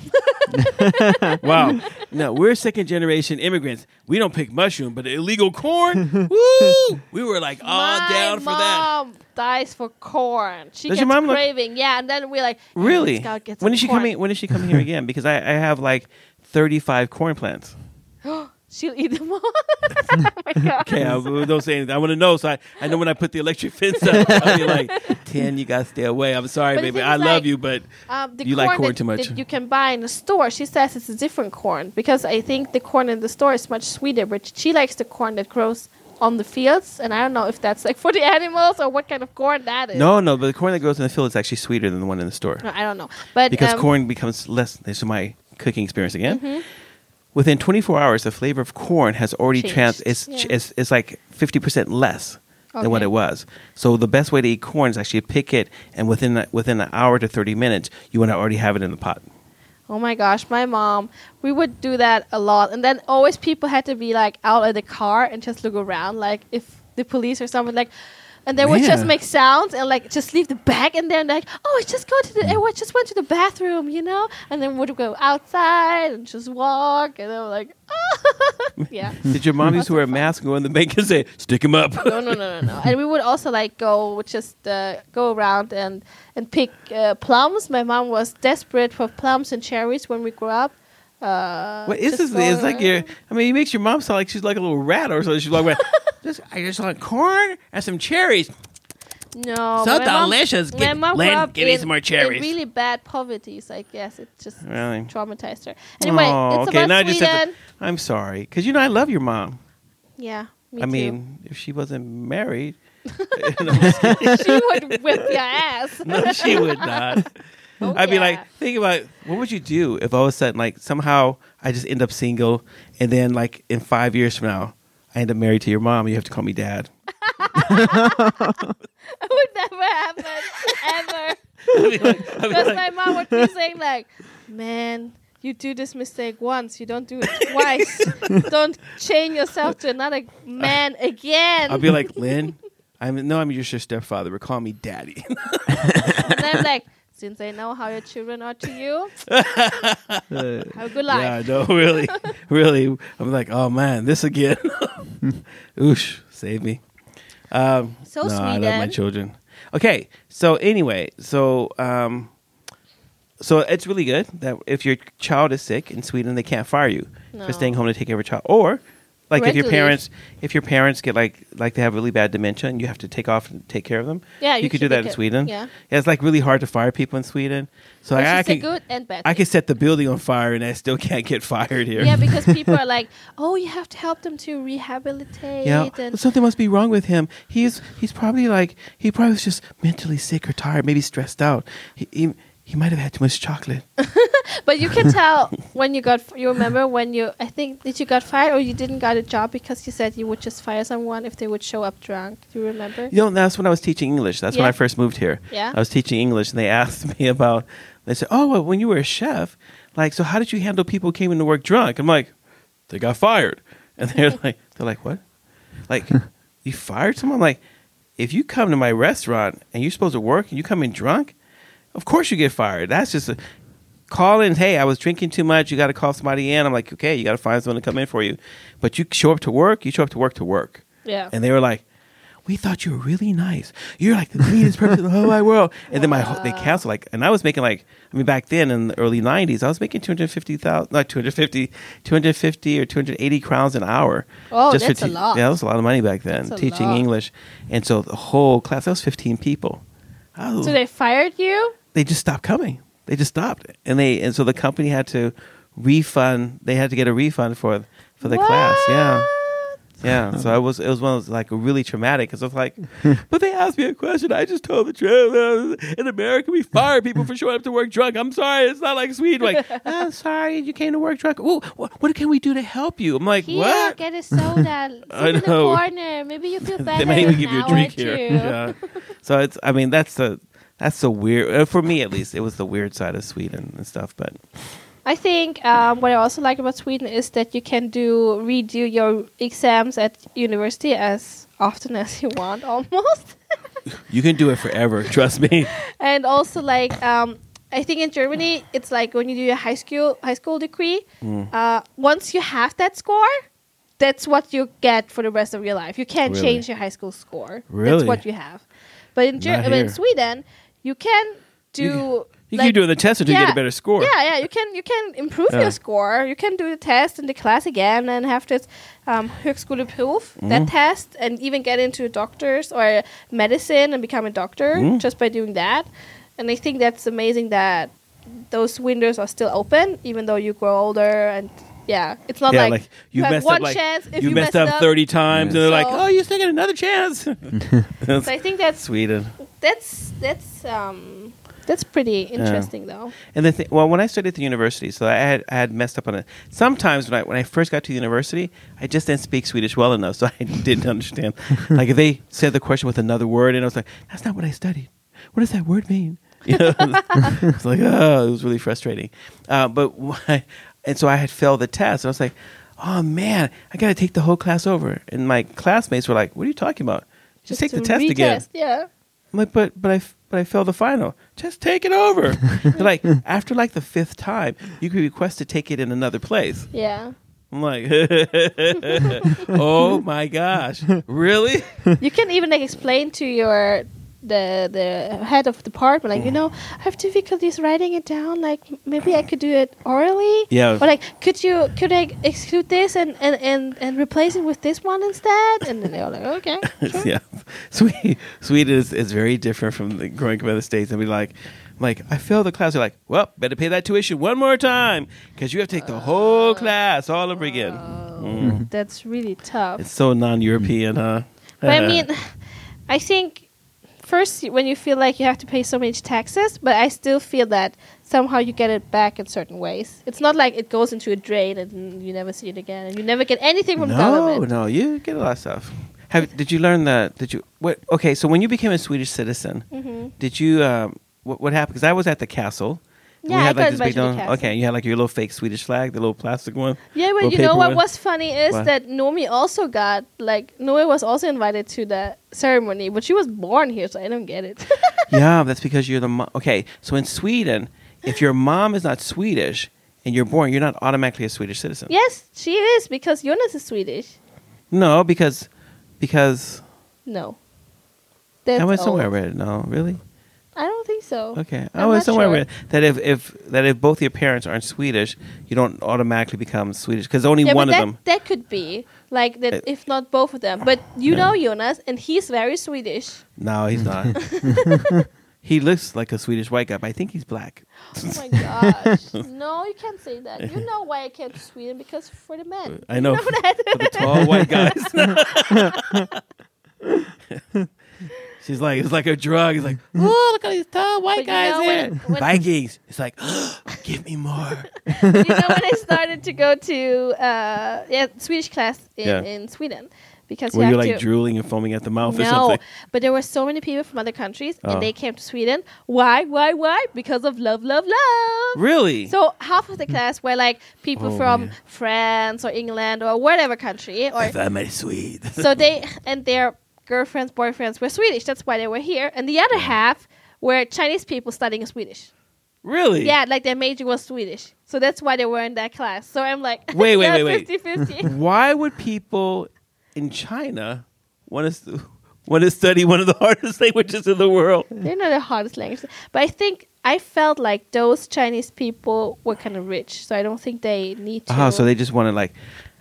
[SPEAKER 1] get the wow. No, we're second generation immigrants. We don't pick mushroom, but illegal corn. woo! We were like all
[SPEAKER 2] my
[SPEAKER 1] down for that.
[SPEAKER 2] mom dies for corn. She
[SPEAKER 1] Does your
[SPEAKER 2] gets
[SPEAKER 1] mom look-
[SPEAKER 2] craving. yeah, and then we like hey, let's
[SPEAKER 1] Really?
[SPEAKER 2] go get
[SPEAKER 1] When
[SPEAKER 2] some
[SPEAKER 1] is she
[SPEAKER 2] corn.
[SPEAKER 1] coming? When is she coming here again? Because I, I have like thirty-five corn plants.
[SPEAKER 2] She'll eat them all. oh my god.
[SPEAKER 1] Okay, I, I don't say anything. I want to know, so I, I know when I put the electric fence up, I'll be like, "Tin, you gotta stay away." I'm sorry,
[SPEAKER 2] But the
[SPEAKER 1] baby.
[SPEAKER 2] thing
[SPEAKER 1] I
[SPEAKER 2] is,
[SPEAKER 1] love
[SPEAKER 2] like,
[SPEAKER 1] you, but
[SPEAKER 2] Um, the
[SPEAKER 1] You
[SPEAKER 2] corn
[SPEAKER 1] like corn
[SPEAKER 2] that,
[SPEAKER 1] too much.
[SPEAKER 2] that you can buy in the store. She says it's a different corn because I think the corn in the store is much sweeter, but she likes the corn that grows on the fields, and I don't know if that's like for the animals or what kind of corn that is.
[SPEAKER 1] no, no. But the corn that grows in the field is actually sweeter than the one in the store.
[SPEAKER 2] No, I don't know, but
[SPEAKER 1] because
[SPEAKER 2] um, Mm-hmm.
[SPEAKER 1] corn becomes less. This is my cooking experience again. Within 24 hours, the flavor of corn has already
[SPEAKER 2] Changed.
[SPEAKER 1] trans. It's,
[SPEAKER 2] Yeah.
[SPEAKER 1] ch it's it's like 50 percent less than what
[SPEAKER 2] Okay.
[SPEAKER 1] it was. So the best way to eat corn is actually pick it, and within a- within an hour to 30 minutes, you want to already have it in the pot.
[SPEAKER 2] Oh my gosh, my mom, we would do that a lot. And then always people had to be like out at the car and just look around, like if the police or someone, like, and they would just
[SPEAKER 1] Man.
[SPEAKER 2] make sounds and like just leave the bag in there and like, oh, I just go to the, I wa- just went to the bathroom, you know? And then would go outside and just walk. And I'm like, oh, yeah.
[SPEAKER 1] Did your mom used to wear a mask and go in the bank and say, "Stick him up"?
[SPEAKER 2] No, no, no, no, no. And we would also like go just uh, go around and and pick uh, plums. My mom was desperate for plums and cherries when we grew up. Uh,
[SPEAKER 1] What is
[SPEAKER 2] just
[SPEAKER 1] this? It's
[SPEAKER 2] go
[SPEAKER 1] like your. I mean, it makes your mom sound like she's like a little rat or something. She's like, "Well, just, I just want corn and some cherries.
[SPEAKER 2] No,
[SPEAKER 1] So
[SPEAKER 2] Oh, my mom-
[SPEAKER 1] delicious.
[SPEAKER 2] my
[SPEAKER 1] Get-
[SPEAKER 2] mom
[SPEAKER 1] Len,
[SPEAKER 2] grew up
[SPEAKER 1] give me
[SPEAKER 2] in-
[SPEAKER 1] some more cherries.
[SPEAKER 2] in Really bad poverty, so I guess it just
[SPEAKER 1] Really?
[SPEAKER 2] traumatized her. Anyway,
[SPEAKER 1] Oh,
[SPEAKER 2] it's
[SPEAKER 1] okay,
[SPEAKER 2] about
[SPEAKER 1] now I
[SPEAKER 2] Sweden.
[SPEAKER 1] just have to- I'm sorry, because you know I love your mom.
[SPEAKER 2] yeah, me
[SPEAKER 1] I
[SPEAKER 2] too.
[SPEAKER 1] mean, if she wasn't married,
[SPEAKER 2] she would whip your ass.
[SPEAKER 1] no, she would not.
[SPEAKER 2] Oh,
[SPEAKER 1] I'd be
[SPEAKER 2] yeah.
[SPEAKER 1] like, think about what would you do if all of a sudden, like, somehow I just end up single, and then like in five years from now, I end up married to your mom, and you have to call me dad.
[SPEAKER 2] it would never happen ever.
[SPEAKER 1] I'd be like- I'd be
[SPEAKER 2] Because
[SPEAKER 1] like,
[SPEAKER 2] my mom would be saying like, "Man, you do this mistake once, you don't do it twice. don't chain yourself to another man again."
[SPEAKER 1] I'd be like, Lynn, I'm no, I'm just your stepfather, but call me daddy.
[SPEAKER 2] and I'm like, "Since I know how your children are to you,
[SPEAKER 3] Uh,
[SPEAKER 2] have a good
[SPEAKER 1] yeah,
[SPEAKER 2] life."
[SPEAKER 1] no, really, really. I'm like, oh man, this again. Oosh, save me. Um,
[SPEAKER 2] So
[SPEAKER 1] no, I love my
[SPEAKER 2] Sweden.
[SPEAKER 1] children. Okay, so anyway, so um, so it's really good that if your child is sick in Sweden, they can't fire you
[SPEAKER 2] No.
[SPEAKER 1] for staying home to take care of a child, or like if your
[SPEAKER 2] Parental leave.
[SPEAKER 1] parents, if your parents get like like they have really bad dementia and you have to take off and take care of them,
[SPEAKER 2] Yeah,
[SPEAKER 1] you,
[SPEAKER 2] you
[SPEAKER 1] could do
[SPEAKER 2] should
[SPEAKER 1] that
[SPEAKER 2] make
[SPEAKER 1] in
[SPEAKER 2] it-
[SPEAKER 1] Sweden.
[SPEAKER 2] yeah.
[SPEAKER 1] it's like really hard to fire people in Sweden. So
[SPEAKER 2] Which
[SPEAKER 1] I, I
[SPEAKER 2] is a
[SPEAKER 1] can
[SPEAKER 2] good and bad.
[SPEAKER 1] I
[SPEAKER 2] thing.
[SPEAKER 1] could set the building on fire and I still can't get fired here.
[SPEAKER 2] Yeah, because people are like, "Oh, you have to help them to rehabilitate."
[SPEAKER 1] Yeah,
[SPEAKER 2] and
[SPEAKER 1] something must be wrong with him. He's he's probably like he probably was just mentally sick or tired, maybe stressed out. He he, he might have had too much chocolate.
[SPEAKER 2] But you can tell when you got. You remember when you? I think that you got fired or you didn't got a job because you said you would just fire someone if they would show up drunk. Do you remember?
[SPEAKER 1] You know, that's when I was teaching English. That's when
[SPEAKER 2] Yeah.
[SPEAKER 1] I first moved here.
[SPEAKER 2] Yeah.
[SPEAKER 1] I was teaching English, and they asked me about. They said, "Oh, well, when you were a chef, like, so how did you handle people who came into work drunk?" I'm like, "They got fired," and they're like, "They're like what? Like, you fired someone? Like, if you come to my restaurant and you're supposed to work and you come in drunk, of course you get fired. That's just a call in. Hey, I was drinking too much. You got to call somebody in. I'm like, okay, you got to find someone to come in for you. But you show up to work. You show up to work to work.
[SPEAKER 2] Yeah.
[SPEAKER 1] And they were like, "We thought you were really nice. You're like the neatest person in the whole wide world." And then my ho- they canceled like, and I was making like, I mean, back then in the early '90s, I was making 250,000, not 250, 250 or 280 crowns an hour.
[SPEAKER 2] Oh,
[SPEAKER 1] for
[SPEAKER 2] that's a
[SPEAKER 1] te-
[SPEAKER 2] lot.
[SPEAKER 1] Yeah, that was a lot of money back then
[SPEAKER 2] That's a
[SPEAKER 1] teaching
[SPEAKER 2] lot.
[SPEAKER 1] English, and so the whole class that was 15 people. Oh,
[SPEAKER 2] So they fired you.
[SPEAKER 1] they just stopped coming. They just stopped, and they and so the company had to refund. They had to get a refund for for the class. Yeah.
[SPEAKER 2] What?
[SPEAKER 1] Yeah, so I was it was one of those like really traumatic because I was like, but they asked me a question. I just told the truth. In America, we fire people for showing up to work drunk. I'm sorry, it's not like Sweden. Like, I'm sorry, you came to work drunk. Oh, what, what can we do to help you? I'm like,
[SPEAKER 2] Here,
[SPEAKER 1] what?
[SPEAKER 2] get a soda. Sit
[SPEAKER 1] I
[SPEAKER 2] in the
[SPEAKER 1] know.
[SPEAKER 2] corner. Maybe you feel better.
[SPEAKER 1] They may even
[SPEAKER 2] in
[SPEAKER 1] give you
[SPEAKER 2] an
[SPEAKER 1] a
[SPEAKER 2] hour
[SPEAKER 1] drink
[SPEAKER 2] or
[SPEAKER 1] here.
[SPEAKER 2] two."
[SPEAKER 1] Yeah. So it's I mean that's the that's the weird uh, for me at least it was the weird side of Sweden and stuff. But
[SPEAKER 2] I think um, what I also like about Sweden is that you can do redo your exams at university as often as you want, almost.
[SPEAKER 1] You can do it forever. Trust me.
[SPEAKER 2] and also, like um, I think in Germany, it's like when you do your high school high school degree.
[SPEAKER 1] Mm.
[SPEAKER 2] Uh, once you have that score, that's what you get for the rest of your life. You can't
[SPEAKER 1] Really?
[SPEAKER 2] change your high school score.
[SPEAKER 1] Really?
[SPEAKER 2] That's what you have. But in, Ger-
[SPEAKER 1] Not
[SPEAKER 2] I mean, in
[SPEAKER 1] here.
[SPEAKER 2] Sweden, you can do.
[SPEAKER 1] You
[SPEAKER 2] like-
[SPEAKER 1] keep doing the test until you get a better score.
[SPEAKER 2] yeah, yeah. You can you can improve
[SPEAKER 1] Yeah.
[SPEAKER 2] your score. You can do the test in the class again and have this um, högskoleproof,
[SPEAKER 1] Mm-hmm.
[SPEAKER 2] that test, and even get into doctors or medicine and become a doctor
[SPEAKER 1] Mm.
[SPEAKER 2] just by doing that. And I think that's amazing that those windows are still open, even though you grow older. And yeah, it's not
[SPEAKER 1] Yeah,
[SPEAKER 2] like,
[SPEAKER 1] like,
[SPEAKER 2] you
[SPEAKER 1] you
[SPEAKER 2] have
[SPEAKER 1] messed
[SPEAKER 2] one
[SPEAKER 1] up like
[SPEAKER 2] chance. If
[SPEAKER 1] you, messed up thirty times, and they're like,
[SPEAKER 2] So-
[SPEAKER 1] "Oh, you're taking another chance."
[SPEAKER 2] So I think that's
[SPEAKER 1] Sweden.
[SPEAKER 2] that's that's um that's pretty interesting though.
[SPEAKER 1] And the thing, well, when I studied at the university, so I had, I had messed up on it. Sometimes when I when I first got to the university, I just didn't speak Swedish well enough, so I didn't understand. like if they said the question with another word, and I was like, "That's not what I studied. What does that word mean?" You know, it's like, oh, it was really frustrating. Uh, but why? And so I had failed the test, and I was like, "Oh man, I got to take the whole class over." And my classmates were like, "What are you talking about? Just, take the
[SPEAKER 2] to
[SPEAKER 1] test again."
[SPEAKER 2] retest, Yeah.
[SPEAKER 1] I'm like, but but I f- but I failed the final. Just take it over. They're like after like the fifth time, you could request to take it in another place.
[SPEAKER 2] Yeah.
[SPEAKER 1] I'm like, oh my gosh, really?
[SPEAKER 2] you can even like explain to your the the head of department
[SPEAKER 1] Mm.
[SPEAKER 2] like you know I have difficulties writing it down like m- maybe I could do it orally
[SPEAKER 1] Yeah.
[SPEAKER 2] or like could you could I exclude this and and and, and replace it with this one instead and then they're like okay sure.
[SPEAKER 1] yeah, Sweden Sweden is, is very different from the growing up in the states. And be like, like I failed the class. They're like, well, better pay that tuition one more time because you have to take the whole class all over again.
[SPEAKER 2] Oh.
[SPEAKER 1] Mm.
[SPEAKER 2] that's really tough
[SPEAKER 1] It's so non-European, huh?
[SPEAKER 2] but
[SPEAKER 1] Uh-huh.
[SPEAKER 2] I mean I think first y- when you feel like you have to pay so much taxes but I still feel that somehow you get it back in certain ways it's not like it goes into a drain and you never see it again and you never get anything from the
[SPEAKER 1] no,
[SPEAKER 2] government
[SPEAKER 1] no, you get a lot of stuff. Have did you learn that? Did you what? Okay, so when you became a Swedish citizen,
[SPEAKER 2] hmm
[SPEAKER 1] did you um, what, what happened? Because I was at the castle. and
[SPEAKER 2] Yeah, I got
[SPEAKER 1] big
[SPEAKER 2] invited to the
[SPEAKER 1] dome-
[SPEAKER 2] castle.
[SPEAKER 1] Okay, and you had like your little fake Swedish flag, the little plastic one.
[SPEAKER 2] Yeah, but
[SPEAKER 1] Or
[SPEAKER 2] you know
[SPEAKER 1] paper
[SPEAKER 2] what
[SPEAKER 1] one.
[SPEAKER 2] was funny is
[SPEAKER 1] What?
[SPEAKER 2] that Nomi also got like Noe was also invited to the ceremony, but she was born here, so I don't get it.
[SPEAKER 1] yeah, that's because you're the mom. Okay, so in Sweden, if your mom is not Swedish and you're born, you're not automatically a Swedish citizen.
[SPEAKER 2] yes, she is because Jonas is Swedish.
[SPEAKER 1] No, because because
[SPEAKER 2] No, that's
[SPEAKER 1] I went somewhere
[SPEAKER 2] old.
[SPEAKER 1] with it. No, really.
[SPEAKER 2] I don't think so.
[SPEAKER 1] Okay, i
[SPEAKER 2] I'm
[SPEAKER 1] was
[SPEAKER 2] not
[SPEAKER 1] somewhere
[SPEAKER 2] sure.
[SPEAKER 1] where that if, if that if both your parents aren't Swedish, you don't automatically become Swedish because only
[SPEAKER 2] Yeah,
[SPEAKER 1] one of
[SPEAKER 2] but that,
[SPEAKER 1] them.
[SPEAKER 2] that could be like that,
[SPEAKER 1] Uh,
[SPEAKER 2] if not both of them. But you
[SPEAKER 1] yeah.
[SPEAKER 2] know Jonas, and he's very Swedish.
[SPEAKER 1] No, he's not. he looks like a Swedish white guy, but I think he's black.
[SPEAKER 2] Oh my gosh! no, you can't say that. You know why I came to Sweden because for the men.
[SPEAKER 1] I know,
[SPEAKER 2] You know that.
[SPEAKER 1] for the tall white guys. She's like, it's like a drug. It's like, ooh, look at these tall white
[SPEAKER 2] But you
[SPEAKER 1] guys
[SPEAKER 2] know
[SPEAKER 1] here.
[SPEAKER 2] when- when-
[SPEAKER 1] Vikings. It's like, give me more.
[SPEAKER 2] you know when I started to go to uh, yeah Swedish class in,
[SPEAKER 1] Yeah.
[SPEAKER 2] in Sweden because you
[SPEAKER 1] Where you're
[SPEAKER 2] have
[SPEAKER 1] like
[SPEAKER 2] to.
[SPEAKER 1] drooling and foaming at the mouth or
[SPEAKER 2] no,
[SPEAKER 1] something.
[SPEAKER 2] but there were so many people from other countries,
[SPEAKER 1] Oh.
[SPEAKER 2] and they came to Sweden. Why? Why? Why? Because of love, love, love.
[SPEAKER 1] Really?
[SPEAKER 2] So half of the class were like people
[SPEAKER 1] Mm. Oh,
[SPEAKER 2] from
[SPEAKER 1] man.
[SPEAKER 2] France or England or whatever country. Or
[SPEAKER 1] if I'm a Swede.
[SPEAKER 2] so they and their girlfriends, boyfriends were Swedish. That's why they were here. And the other half were Chinese people studying Swedish.
[SPEAKER 1] really?
[SPEAKER 2] Yeah, like their major was Swedish. So that's why they were in that class. So I'm like,
[SPEAKER 1] Wait, wait,
[SPEAKER 2] yeah,
[SPEAKER 1] wait, wait.
[SPEAKER 2] 50-50.
[SPEAKER 1] why would people in China want to want to study one of the hardest languages in the world?
[SPEAKER 2] They're not the hardest language. But I think I felt like those Chinese people were kind of rich. So I don't think they need to.
[SPEAKER 1] Oh, so they just want to like,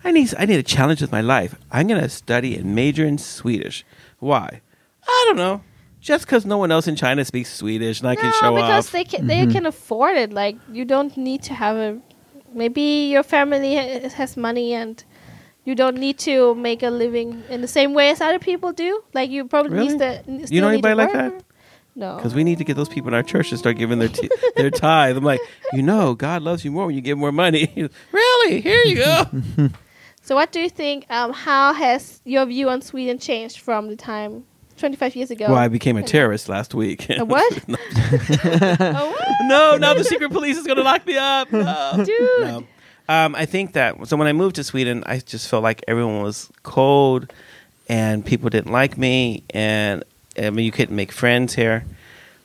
[SPEAKER 1] I need I need a challenge with my life. I'm gonna study and major in Swedish. Why? I don't know. Just because no one else in China speaks Swedish and I
[SPEAKER 2] no,
[SPEAKER 1] can show
[SPEAKER 2] because
[SPEAKER 1] off.
[SPEAKER 2] they can,
[SPEAKER 1] Mm-hmm.
[SPEAKER 2] they can afford it. Like, you don't need to have a. Maybe your family ha- has money and you don't need to make a living in the same way as other people do. Like, you probably
[SPEAKER 1] Really?
[SPEAKER 2] need to.
[SPEAKER 1] you know anybody like that?
[SPEAKER 2] No.
[SPEAKER 1] Because we need to get those people in our church to start giving their t- their tithe. I'm like, you know, God loves you more when you give more money. really? Here you go.
[SPEAKER 2] So, what do you think? Um, how has your view on Sweden changed from the time 25 years ago.
[SPEAKER 1] Well, I became a terrorist last week.
[SPEAKER 2] A what? Oh, what?
[SPEAKER 1] no, now the secret police is going to lock me up. No.
[SPEAKER 2] Dude.
[SPEAKER 1] No. Um, I think that so when I moved to Sweden, I just felt like everyone was cold, and people didn't like me, and I mean you couldn't make friends here.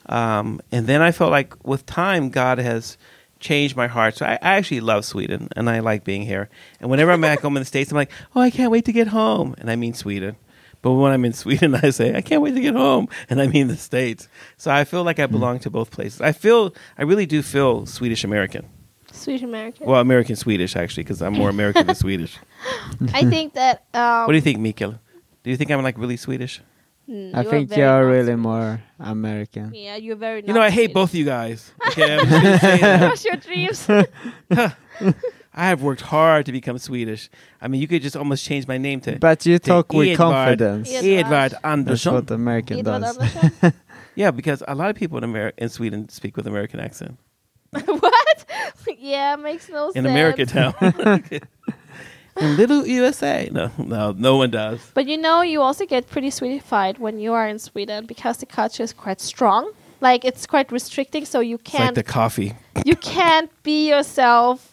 [SPEAKER 1] Um, and then I felt like with time, God has changed my heart. So I, I actually love Sweden, and I like being here. And whenever I'm back home in the states, I'm like, oh, I can't wait to get home, and I mean Sweden. But when I'm in Sweden, I say, I can't wait to get home. And I mean the States. So I feel like I belong to both places. I feel, I really do feel Swedish American.
[SPEAKER 2] Swedish American.
[SPEAKER 1] Well, American Swedish, actually, because I'm more American than Swedish.
[SPEAKER 2] I think that. Um,
[SPEAKER 1] What do you think, Mikael? Do you think I'm like really Swedish?
[SPEAKER 2] mm,
[SPEAKER 3] I
[SPEAKER 2] you are
[SPEAKER 3] think
[SPEAKER 2] very
[SPEAKER 3] you're
[SPEAKER 2] not
[SPEAKER 3] really
[SPEAKER 2] Swedish.
[SPEAKER 3] more American.
[SPEAKER 2] Yeah, you're very.
[SPEAKER 1] You know,
[SPEAKER 2] not
[SPEAKER 1] I hate
[SPEAKER 2] Swedish.
[SPEAKER 1] both of you guys. Okay, I'm just gonna say that.
[SPEAKER 2] Crush your dreams.
[SPEAKER 1] I have worked hard to become Swedish. I mean, you could just almost change my name to
[SPEAKER 3] But you talk with
[SPEAKER 1] Edvard.
[SPEAKER 3] confidence.
[SPEAKER 2] Yeah.
[SPEAKER 1] Edvard
[SPEAKER 3] That's what
[SPEAKER 1] Andersson.
[SPEAKER 3] American
[SPEAKER 2] Need my
[SPEAKER 3] does.
[SPEAKER 2] Andersson?
[SPEAKER 1] Yeah, because a lot of people in America in Sweden speak with American accent
[SPEAKER 2] what? yeah, makes no sense.
[SPEAKER 1] in America town. in little USA, no, no, no one does.
[SPEAKER 2] But you know, you also get pretty Swedified when you are in Sweden because the culture is quite strong. Like it's quite restricting, so you
[SPEAKER 1] It's like
[SPEAKER 2] can't
[SPEAKER 1] the coffee.
[SPEAKER 2] you can't be yourself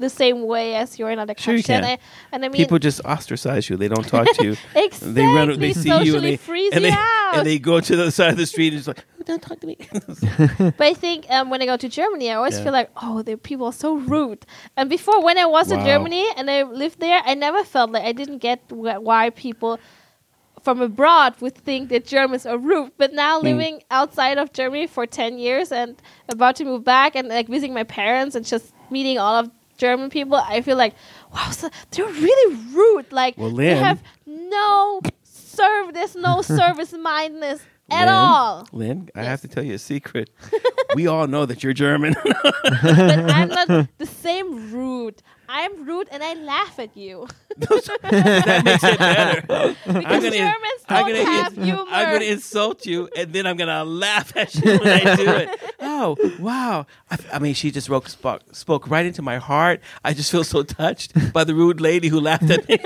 [SPEAKER 2] the same way as you're in other
[SPEAKER 1] Sure you
[SPEAKER 2] countries.
[SPEAKER 1] can.
[SPEAKER 2] And I, and I mean,
[SPEAKER 1] People just ostracize you. They don't talk to you.
[SPEAKER 2] exactly
[SPEAKER 1] They run. They see
[SPEAKER 2] socially
[SPEAKER 1] you and they
[SPEAKER 2] freeze
[SPEAKER 1] and they,
[SPEAKER 2] you out.
[SPEAKER 1] and they go to the other side of the street and just like, "Oh, don't talk to me.
[SPEAKER 2] But I think um, when I go to Germany, I always
[SPEAKER 1] Yeah.
[SPEAKER 2] feel like, oh, the people are so rude. And before, when I was
[SPEAKER 1] Wow.
[SPEAKER 2] in Germany and I lived there, I never felt like I didn't get wh- why people from abroad would think that Germans are rude. But now,
[SPEAKER 1] Hmm.
[SPEAKER 2] living outside of Germany for 10 years and about to move back and like visiting my parents and just meeting all of German people, I feel like, wow, so they're really rude. Like,
[SPEAKER 1] Well,
[SPEAKER 2] they
[SPEAKER 1] Lynn-
[SPEAKER 2] have no serve, there's no service mindedness at
[SPEAKER 1] Lynn,
[SPEAKER 2] all.
[SPEAKER 1] Lynn, I have to tell you a secret. we all know that you're German.
[SPEAKER 2] but I'm not the same rude. I'm rude and I laugh at you.
[SPEAKER 1] that makes it better.
[SPEAKER 2] Because
[SPEAKER 1] gonna-
[SPEAKER 2] Germans
[SPEAKER 1] I'm
[SPEAKER 2] don't
[SPEAKER 1] gonna ins-
[SPEAKER 2] have humor.
[SPEAKER 1] I'm going to insult you, and then I'm going to laugh at you when I do it. Oh, wow. I, I mean, she just spoke, spoke, spoke right into my heart. I just feel so touched by the rude lady who laughed at me.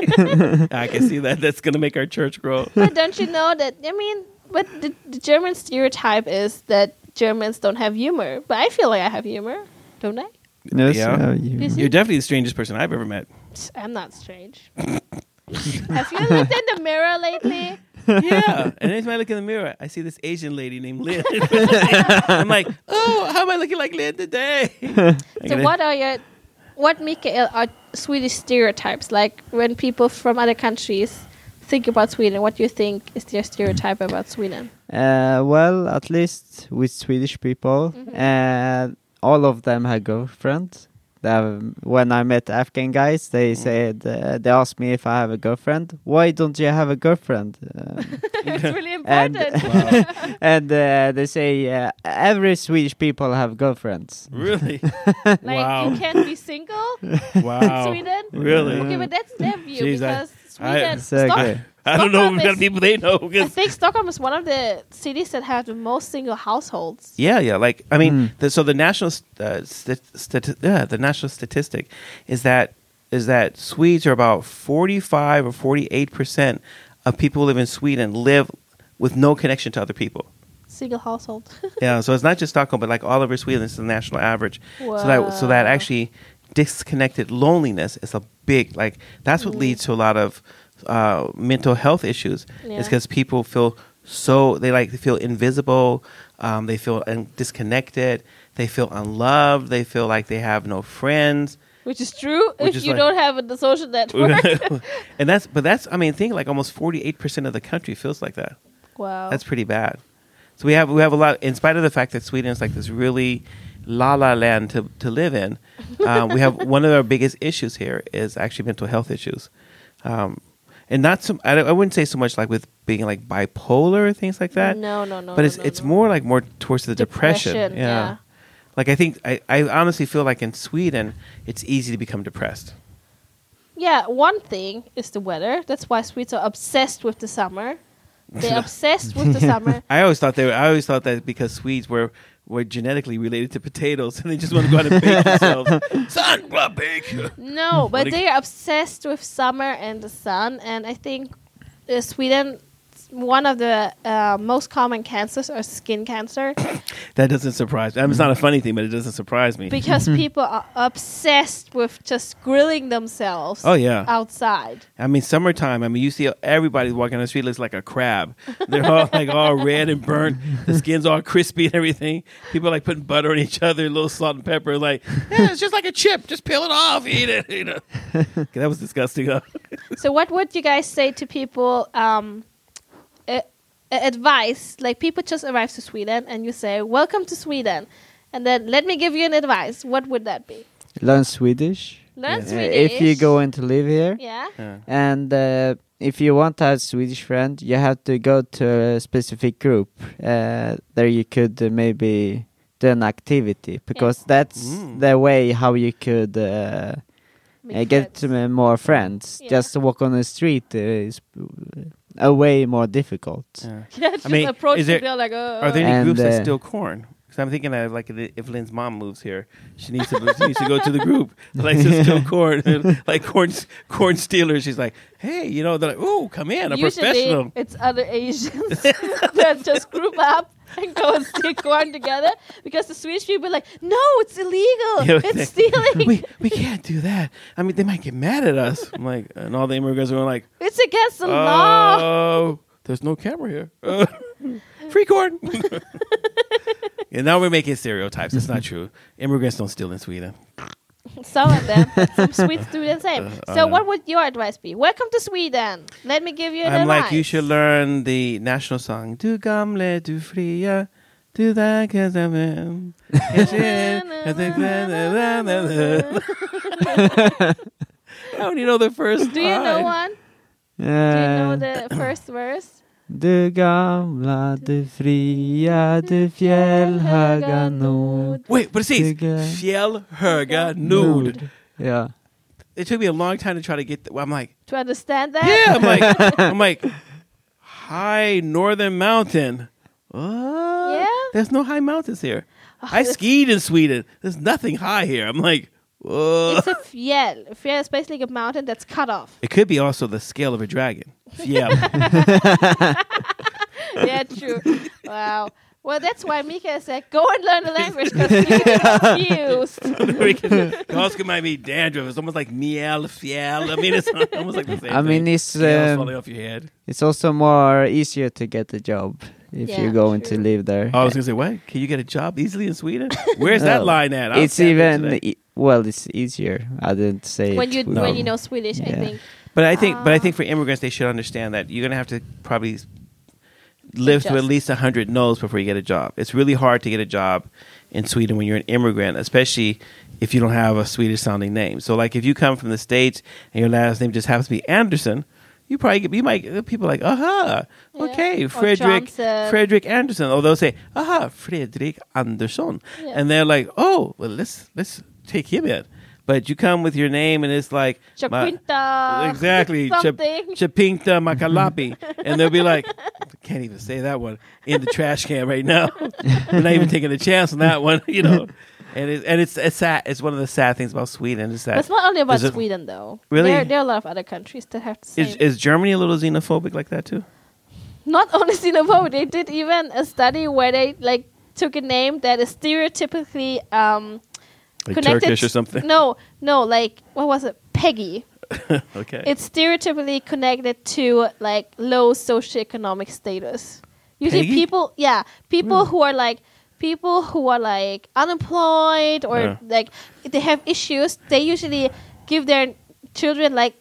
[SPEAKER 1] I can see that. That's going to make our church grow.
[SPEAKER 2] but don't you know that? I mean, but the, the German stereotype is that Germans don't have humor. But I feel like I have humor, don't I?
[SPEAKER 3] Yes,
[SPEAKER 1] Yeah.
[SPEAKER 3] uh, you-
[SPEAKER 2] Yes,
[SPEAKER 1] You're definitely the strangest person I've ever met.
[SPEAKER 2] Psst, I'm not strange. have you looked in the mirror lately?
[SPEAKER 1] Yeah. And anytime I look in the mirror, I see this Asian lady named Lynn. I'm like, oh, how am I looking like Lynn today?
[SPEAKER 2] So what are your what Mikael are Swedish stereotypes like when people from other countries think about Sweden? What do you think is their stereotype about Sweden?
[SPEAKER 3] Uh, well, at least with Swedish people, uh, all of them have girlfriend. They have, when I met Afghan guys, they
[SPEAKER 1] Mm.
[SPEAKER 3] said uh, they asked me if I have a girlfriend. Why don't you have a girlfriend? Um,
[SPEAKER 2] it's really
[SPEAKER 3] And-
[SPEAKER 2] important.
[SPEAKER 3] and uh, they say uh, every Swedish people have girlfriends.
[SPEAKER 1] Really?
[SPEAKER 2] Like
[SPEAKER 1] Wow.
[SPEAKER 2] you can't be single in
[SPEAKER 1] Wow.
[SPEAKER 2] Sweden.
[SPEAKER 1] Really?
[SPEAKER 2] Okay, but that's their view
[SPEAKER 1] Jeez, I-
[SPEAKER 2] because
[SPEAKER 1] I-
[SPEAKER 2] Sweden.
[SPEAKER 3] Exactly.
[SPEAKER 2] Stockholm,
[SPEAKER 1] I don't know
[SPEAKER 2] Stockholm
[SPEAKER 1] what kind of
[SPEAKER 2] is-
[SPEAKER 1] people they know.
[SPEAKER 2] I
[SPEAKER 1] 'cause-
[SPEAKER 2] think Stockholm is one of the cities that have the most single households.
[SPEAKER 1] Yeah, yeah. Like I mean,
[SPEAKER 3] Hmm.
[SPEAKER 1] the, so the national uh, stat, stat, yeah, the national statistic is that is that Swedes are about forty five or forty eight percent of people who live in Sweden live with no connection to other people.
[SPEAKER 2] Single household.
[SPEAKER 1] Yeah, so it's not just Stockholm, but like all over Sweden, it's the national average. So that so that
[SPEAKER 2] Wow.
[SPEAKER 1] actually disconnected loneliness is a big like that's what leads to a lot of uh, mental health issues.
[SPEAKER 2] Yeah.
[SPEAKER 1] It's because people feel so they like they feel invisible, um, they feel un- disconnected, they feel unloved, they feel like they have no friends.
[SPEAKER 2] Which is true
[SPEAKER 1] Which
[SPEAKER 2] if
[SPEAKER 1] is
[SPEAKER 2] you
[SPEAKER 1] like-
[SPEAKER 2] don't have a social network.
[SPEAKER 1] and that's but that's I mean think like almost forty eight percent of the country feels like that.
[SPEAKER 2] wow.
[SPEAKER 1] Oh. That's pretty bad. So we have we have a lot. In spite of the fact that Sweden is like this really la la land to to live in, um, we have one of our biggest issues here is actually mental health issues, um, and not so. I, don't- I wouldn't say so much like with being like bipolar or things like that.
[SPEAKER 2] No, no, no.
[SPEAKER 1] but
[SPEAKER 2] no,
[SPEAKER 1] it's
[SPEAKER 2] no,
[SPEAKER 1] it's
[SPEAKER 2] no.
[SPEAKER 1] more like more towards the depression.
[SPEAKER 2] Depression, yeah.
[SPEAKER 1] Like I think I, I honestly feel like in Sweden it's easy to become depressed.
[SPEAKER 2] Yeah, one thing is the weather. That's why Swedes are obsessed with the summer. They're obsessed with the summer.
[SPEAKER 1] I always thought they were, I always thought that because Swedes were were genetically related to potatoes and they just want to go out and bake themselves. Son, blah, bake.
[SPEAKER 2] No, but
[SPEAKER 1] a-
[SPEAKER 2] they are obsessed with summer and the sun, and I think uh, Sweden s- one of the uh, most common cancers are skin cancer
[SPEAKER 1] That doesn't surprise me. I mean, it's not a funny thing, but it doesn't surprise me.
[SPEAKER 2] because people are obsessed with just grilling themselves
[SPEAKER 1] Oh yeah.
[SPEAKER 2] outside.
[SPEAKER 1] I mean, summertime. I mean, you see everybody walking on the street looks like a crab. They're all like all red and burnt. The skin's all crispy and everything. People are, like putting butter on each other, a little salt and pepper. Like, yeah, it's just like a chip. Just peel it off, eat it. You know, that was disgusting. Though.
[SPEAKER 2] so, what would you guys say to people? Um, a- a- advice like people just arrive to Sweden and you say, "Welcome to Sweden," and then let me give you an advice. What would that be?
[SPEAKER 3] Learn Swedish.
[SPEAKER 2] Learn
[SPEAKER 3] Uh,
[SPEAKER 2] Swedish.
[SPEAKER 3] If you going to live here,
[SPEAKER 2] yeah.
[SPEAKER 1] Yeah.
[SPEAKER 3] and uh, if you want to have Swedish friend, you have to go to a specific group. Uh, there you could uh, maybe do an activity because that's
[SPEAKER 1] Mm.
[SPEAKER 3] the way how you could uh,
[SPEAKER 2] make
[SPEAKER 3] uh, get
[SPEAKER 2] friends.
[SPEAKER 3] to m- more friends.
[SPEAKER 2] Yeah.
[SPEAKER 3] Just to walk on the street uh, is a way more difficult.
[SPEAKER 1] Yeah.
[SPEAKER 2] Yeah, just
[SPEAKER 1] mean,
[SPEAKER 2] approach
[SPEAKER 1] is
[SPEAKER 2] the
[SPEAKER 1] there-
[SPEAKER 2] bill like, oh,
[SPEAKER 1] Are there any
[SPEAKER 3] And,
[SPEAKER 1] groups that
[SPEAKER 3] uh,
[SPEAKER 1] steal corn? Because I'm thinking that like if Lynn's mom moves here, she needs to she needs to go to the group like to steal corn, like corn corn stealers. She's like, hey, you know, they're like, oh, come in, a professional.
[SPEAKER 2] it's other Asians that just group up and go and steal corn together because the Swedish people are like, no, it's illegal.
[SPEAKER 1] Yeah, they-
[SPEAKER 2] it's stealing.
[SPEAKER 1] we we can't do that. I mean, they might get mad at us. I'm like, and all the immigrants are going like,
[SPEAKER 2] it's against the law.
[SPEAKER 1] oh, there's no camera here. Uh, free corn. and now we're making stereotypes. It's not true. Immigrants don't steal in Sweden.
[SPEAKER 2] Some of them, some Swedes do the same.
[SPEAKER 1] I
[SPEAKER 2] so,
[SPEAKER 1] know.
[SPEAKER 2] what would your advice be? Welcome to Sweden. Let me give you an
[SPEAKER 1] I'm
[SPEAKER 2] advice.
[SPEAKER 1] like, you should learn the national song. Du gamle, du fria, du da kazamem. I don't even know the first
[SPEAKER 2] Do you know
[SPEAKER 1] line.
[SPEAKER 2] one? Do you know
[SPEAKER 3] Uh,
[SPEAKER 2] the first verse?
[SPEAKER 3] Du gamla, du fria, du fjällhöga nord.
[SPEAKER 1] Wait, but it says
[SPEAKER 3] Digga.
[SPEAKER 1] Fjellhöga nude.
[SPEAKER 3] Yeah.
[SPEAKER 1] It took me a long time to try to get. The, I'm like,
[SPEAKER 2] To understand that?
[SPEAKER 1] yeah, I'm like, I'm like, high northern mountain. What?
[SPEAKER 2] Yeah.
[SPEAKER 1] There's no high mountains here. I skied in Sweden. There's nothing high here. I'm like, whoa.
[SPEAKER 2] It's a fjell. A fjell is basically a mountain that's cut off.
[SPEAKER 1] It could be also the scale of a dragon. Yeah.
[SPEAKER 2] yeah, true. Wow. Well, that's why Mika said, go and learn the language because you get confused.
[SPEAKER 1] it also might be dandruff. It's almost like miel, fiel. I mean, it's almost like the same
[SPEAKER 3] I mean,
[SPEAKER 1] thing.
[SPEAKER 3] it's
[SPEAKER 1] Scales
[SPEAKER 3] um,
[SPEAKER 1] falling off your head.
[SPEAKER 3] it's also more easier to get a job if
[SPEAKER 2] Yeah,
[SPEAKER 3] you're going
[SPEAKER 2] true.
[SPEAKER 3] to live there.
[SPEAKER 1] Oh, I was gonna say, what? Can you get a job easily in Sweden? Where's that
[SPEAKER 3] Oh.
[SPEAKER 1] line at? I'll
[SPEAKER 3] it's
[SPEAKER 1] tap into
[SPEAKER 3] even
[SPEAKER 1] that.
[SPEAKER 3] e- well, it's easier. I didn't say
[SPEAKER 2] When
[SPEAKER 3] it
[SPEAKER 2] you
[SPEAKER 3] would
[SPEAKER 2] when
[SPEAKER 1] No.
[SPEAKER 2] you know Swedish, I
[SPEAKER 3] Yeah.
[SPEAKER 2] think.
[SPEAKER 1] But I think, but I
[SPEAKER 2] Ah.
[SPEAKER 1] think for immigrants, they should understand that you're gonna have to probably live through at
[SPEAKER 2] Adjust.
[SPEAKER 1] least hundred no's before you get a job. It's really hard to get a job in Sweden when you're an immigrant, especially if you don't have a Swedish sounding name. So, like, if you come from the states and your last name just happens to be Anderson, you probably get, you might get people like, aha,
[SPEAKER 2] Yeah.
[SPEAKER 1] okay,
[SPEAKER 2] Or
[SPEAKER 1] Frederick,
[SPEAKER 2] Johnson.
[SPEAKER 1] Frederick Anderson. Or they'll say, aha, Frederick Anderson,
[SPEAKER 2] Yeah.
[SPEAKER 1] and they're like, oh, well, let's let's take him in. But you come with your name, and it's like my-
[SPEAKER 2] Chaquinta.
[SPEAKER 1] exactly Chap-
[SPEAKER 2] Something.
[SPEAKER 1] Chapinta Makalapi, uh, and they'll be like, can't even say that one in the trash can right now. I'm not even taking a chance on that one, you know. And it's and it's it's sad. It's one of the sad things about Sweden is
[SPEAKER 2] but
[SPEAKER 1] that
[SPEAKER 2] it's not only about
[SPEAKER 1] Is it-
[SPEAKER 2] Sweden, though.
[SPEAKER 1] Really?
[SPEAKER 2] There, there are a lot of other countries that have the same.
[SPEAKER 1] is, is Germany a little xenophobic like that too?
[SPEAKER 2] not only xenophobe, they did even a study where they like took a name that is stereotypically um,
[SPEAKER 1] Like
[SPEAKER 2] connected
[SPEAKER 1] Turkish or something?
[SPEAKER 2] No, no, like what was it? Peggy.
[SPEAKER 1] okay.
[SPEAKER 2] It's stereotypically connected to like low socioeconomic status. Usually,
[SPEAKER 1] Peggy? Hmm.
[SPEAKER 2] people, yeah, people who are like people who are like unemployed or
[SPEAKER 1] Yeah.
[SPEAKER 2] like they have issues. They usually give their children like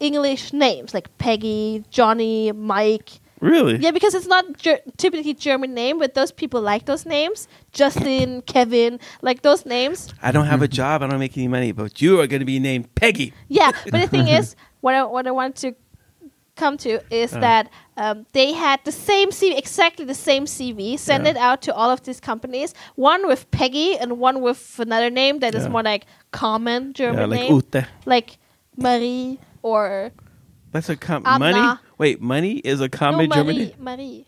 [SPEAKER 2] English names like Peggy, Johnny, Mike.
[SPEAKER 1] really?
[SPEAKER 2] Yeah, because it's not ger- typically German name, but those people like those names. Justin, Kevin, like those names.
[SPEAKER 1] I don't have a job. I don't make any money, but you are going to be named Peggy.
[SPEAKER 2] Yeah, but the thing is, what I what I want to come to is
[SPEAKER 1] Uh.
[SPEAKER 2] that um, they had the same CV, exactly the same CV, sent
[SPEAKER 1] Yeah.
[SPEAKER 2] it out to all of these companies. One with Peggy and one with another name that is
[SPEAKER 1] Yeah.
[SPEAKER 2] more like common German
[SPEAKER 1] Yeah, like
[SPEAKER 2] name,
[SPEAKER 1] Ute.
[SPEAKER 2] like Marie or
[SPEAKER 1] That's a com-
[SPEAKER 2] Anna.
[SPEAKER 1] money. Wait, money is a common
[SPEAKER 2] no,
[SPEAKER 1] German
[SPEAKER 2] Marie.
[SPEAKER 1] name.
[SPEAKER 2] Marie.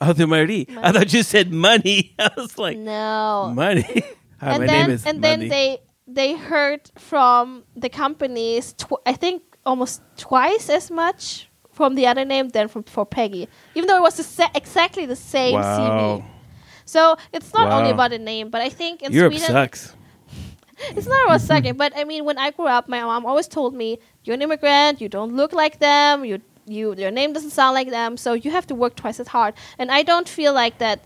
[SPEAKER 1] Oh, the Marie. I
[SPEAKER 2] Money.
[SPEAKER 1] thought you said money. I was like,
[SPEAKER 2] no.
[SPEAKER 1] money. Hi,
[SPEAKER 2] and
[SPEAKER 1] Uh, my
[SPEAKER 2] then
[SPEAKER 1] name is
[SPEAKER 2] and
[SPEAKER 1] Money.
[SPEAKER 2] then they they heard from the companies tw- I think almost twice as much from the other name than from for Peggy, even though it was the sa- exactly the same
[SPEAKER 1] wow.
[SPEAKER 2] CV. So it's not only
[SPEAKER 1] Wow.
[SPEAKER 2] about the name, but I think in
[SPEAKER 1] Europe
[SPEAKER 2] Sweden,
[SPEAKER 1] sucks.
[SPEAKER 2] it's not
[SPEAKER 1] Mm-hmm.
[SPEAKER 2] about sucking. But I mean, when I grew up, my mom always told me, "You're an immigrant. You don't look like them. You you your name doesn't sound like them. So you have to work twice as hard." And I don't feel like that.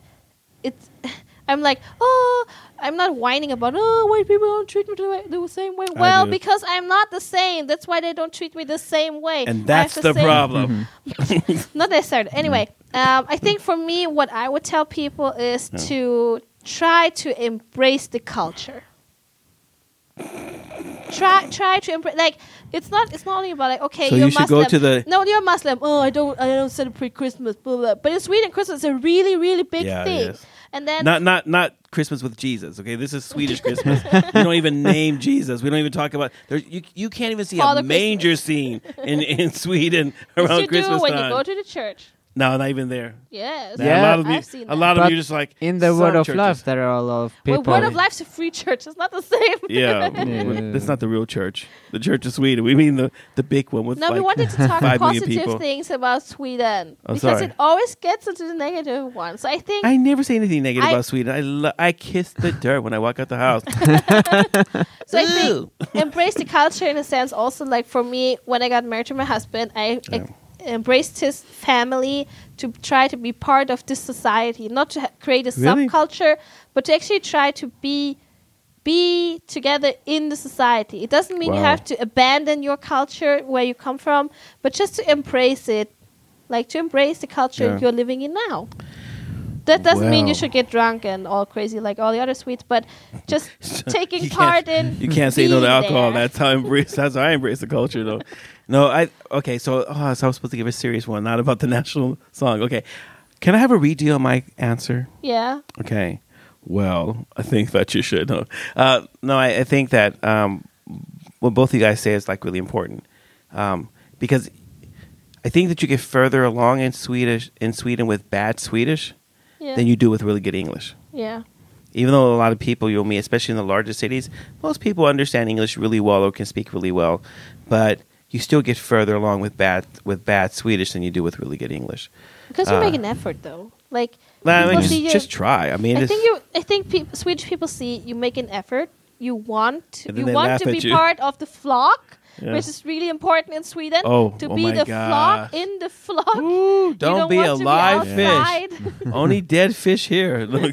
[SPEAKER 2] It's I'm like, oh, I'm not whining about oh white people don't treat me the, way, the same way.
[SPEAKER 1] I
[SPEAKER 2] Well,
[SPEAKER 1] do.
[SPEAKER 2] because I'm not the same. That's why they don't treat me the same way. I
[SPEAKER 1] And
[SPEAKER 2] have
[SPEAKER 1] that's the
[SPEAKER 2] same-
[SPEAKER 1] problem.
[SPEAKER 3] Mm-hmm.
[SPEAKER 2] not necessarily.
[SPEAKER 1] Mm.
[SPEAKER 2] Anyway, um, I think for me, what I would tell people is
[SPEAKER 1] Yeah.
[SPEAKER 2] to try to embrace the culture. Try, try to embrace. Like, it's not. It's not only about like, okay,
[SPEAKER 1] So
[SPEAKER 2] you're
[SPEAKER 1] you should
[SPEAKER 2] Muslim.
[SPEAKER 1] go to the-
[SPEAKER 2] No, you're Muslim. Oh, I don't. I don't celebrate Christmas. Blah blah. But in Sweden, Christmas is a really, really big
[SPEAKER 1] Yeah, it
[SPEAKER 2] thing.
[SPEAKER 1] is.
[SPEAKER 2] And then
[SPEAKER 1] Not not not Christmas with Jesus. Okay, this is Swedish Christmas. we don't even name Jesus. We don't even talk about. There, you you can't even see
[SPEAKER 2] Father
[SPEAKER 1] a manger scene in in Sweden
[SPEAKER 2] what
[SPEAKER 1] around
[SPEAKER 2] you
[SPEAKER 1] Christmas
[SPEAKER 2] do when
[SPEAKER 1] time.
[SPEAKER 2] you go to the church.
[SPEAKER 1] no, not even there.
[SPEAKER 2] Yes.
[SPEAKER 1] Now, a lot of
[SPEAKER 2] I've
[SPEAKER 1] you,
[SPEAKER 2] seen
[SPEAKER 1] a
[SPEAKER 2] that.
[SPEAKER 1] lot of
[SPEAKER 3] But
[SPEAKER 1] you, just like
[SPEAKER 3] In the
[SPEAKER 1] some
[SPEAKER 3] word of
[SPEAKER 1] churches-
[SPEAKER 3] life, there are a lot of
[SPEAKER 2] Well,
[SPEAKER 3] people.
[SPEAKER 2] Word of Life's a free church. It's not the same.
[SPEAKER 1] Yeah,
[SPEAKER 3] Yeah.
[SPEAKER 1] that's not the real church. The church of Sweden. We mean the the big one with
[SPEAKER 2] No, we
[SPEAKER 1] like
[SPEAKER 2] wanted to talk
[SPEAKER 1] five million people.
[SPEAKER 2] positive things about Sweden
[SPEAKER 1] Oh,
[SPEAKER 2] because
[SPEAKER 1] sorry.
[SPEAKER 2] it always gets into the negative one. So I think
[SPEAKER 1] I never say anything negative
[SPEAKER 2] I-
[SPEAKER 1] about Sweden. I lo- I kiss the dirt when I walk out the house.
[SPEAKER 2] so I think embrace the culture in a sense. Also, like for me, when I got married to my husband, I
[SPEAKER 1] Yeah.
[SPEAKER 2] e- embraced his family to try to be part of this society, not to ha- create a
[SPEAKER 1] Really?
[SPEAKER 2] subculture, but to actually try to be be together in the society. It doesn't mean you
[SPEAKER 1] Wow.
[SPEAKER 2] have to abandon your culture where you come from, but just to embrace it, like to embrace the culture
[SPEAKER 1] Yeah.
[SPEAKER 2] you're living in now. That doesn't mean you
[SPEAKER 1] Well.
[SPEAKER 2] should get drunk and all crazy like all the other sweets, but just taking
[SPEAKER 1] You can't-
[SPEAKER 2] part in.
[SPEAKER 1] You can't say no to
[SPEAKER 2] being
[SPEAKER 1] alcohol.
[SPEAKER 2] there.
[SPEAKER 1] That's how I embrace. That's how I embrace the culture, though. No, I okay. So, oh, so I was supposed to give a serious one, not about the national song. Okay, can I have a redo on my answer?
[SPEAKER 2] Yeah.
[SPEAKER 1] Okay. Well, I think that you should. No, uh, no I, I think that um, what both of you guys say is like really important um, because I think that you get further along in Swedish in Sweden with bad Swedish
[SPEAKER 2] Yeah.
[SPEAKER 1] than you do with really good English.
[SPEAKER 2] yeah.
[SPEAKER 1] Even though a lot of people you'll meet, especially in the larger cities, most people understand English really well or can speak really well, but you still get further along with bad with bad Swedish than you do with really good English.
[SPEAKER 2] Because you
[SPEAKER 1] Uh,
[SPEAKER 2] make an effort, though. Like,
[SPEAKER 1] I mean,
[SPEAKER 2] people
[SPEAKER 1] just,
[SPEAKER 2] see you.
[SPEAKER 1] just try. I mean,
[SPEAKER 2] I
[SPEAKER 1] it's-
[SPEAKER 2] think you. I think peop Swedish people see you make an effort. You want.
[SPEAKER 1] And then
[SPEAKER 2] You
[SPEAKER 1] they
[SPEAKER 2] want
[SPEAKER 1] laugh
[SPEAKER 2] to be
[SPEAKER 1] at you.
[SPEAKER 2] part of the flock,
[SPEAKER 1] Yeah.
[SPEAKER 2] which is really important in Sweden.
[SPEAKER 1] Oh,
[SPEAKER 2] to
[SPEAKER 1] oh
[SPEAKER 2] be
[SPEAKER 1] my
[SPEAKER 2] the flock
[SPEAKER 1] gosh.
[SPEAKER 2] in the flock.
[SPEAKER 1] Ooh,
[SPEAKER 2] You don't
[SPEAKER 1] don't be
[SPEAKER 2] want
[SPEAKER 1] a
[SPEAKER 2] to
[SPEAKER 1] live
[SPEAKER 2] be
[SPEAKER 1] fish.
[SPEAKER 2] outside.
[SPEAKER 1] Only dead fish here. Look.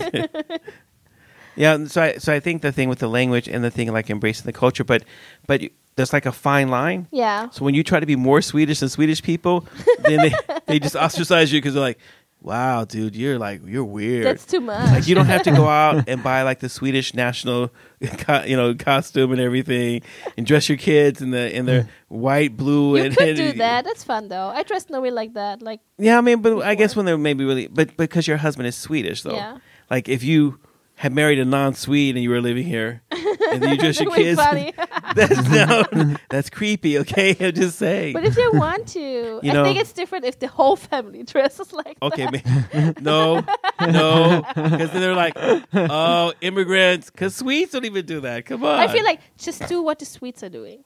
[SPEAKER 1] yeah, and so I so I think the thing with the language and the thing like embracing the culture, but but you- there's like a fine line.
[SPEAKER 2] yeah.
[SPEAKER 1] So when you try to be more Swedish than Swedish people, then they, they just ostracize you because they're like, "Wow, dude, you're like you're weird."
[SPEAKER 2] That's too much.
[SPEAKER 1] like you don't have to go out and buy like the Swedish national, co- you know, costume and everything, and dress your kids in the in their white, blue,
[SPEAKER 2] You
[SPEAKER 1] and
[SPEAKER 2] could
[SPEAKER 1] and-
[SPEAKER 2] do that. That's fun though. I dressed Noe like that. Like
[SPEAKER 1] yeah, I mean, but I guess when they're maybe really, but because your husband is Swedish, though.
[SPEAKER 2] Yeah.
[SPEAKER 1] Like if you had married a non-Swede and you were living here, and then you dress your
[SPEAKER 2] That'd be
[SPEAKER 1] kids,
[SPEAKER 2] funny.
[SPEAKER 1] that's no, that's creepy. Okay, I'm just saying.
[SPEAKER 2] but if they want to,
[SPEAKER 1] You
[SPEAKER 2] I think
[SPEAKER 1] know-
[SPEAKER 2] it's different if the whole family dresses like
[SPEAKER 1] okay, ma- no, no, because then they're like, oh, immigrants, because Swedes don't even do that. Come on,
[SPEAKER 2] that. I feel like just do what the Swedes are doing.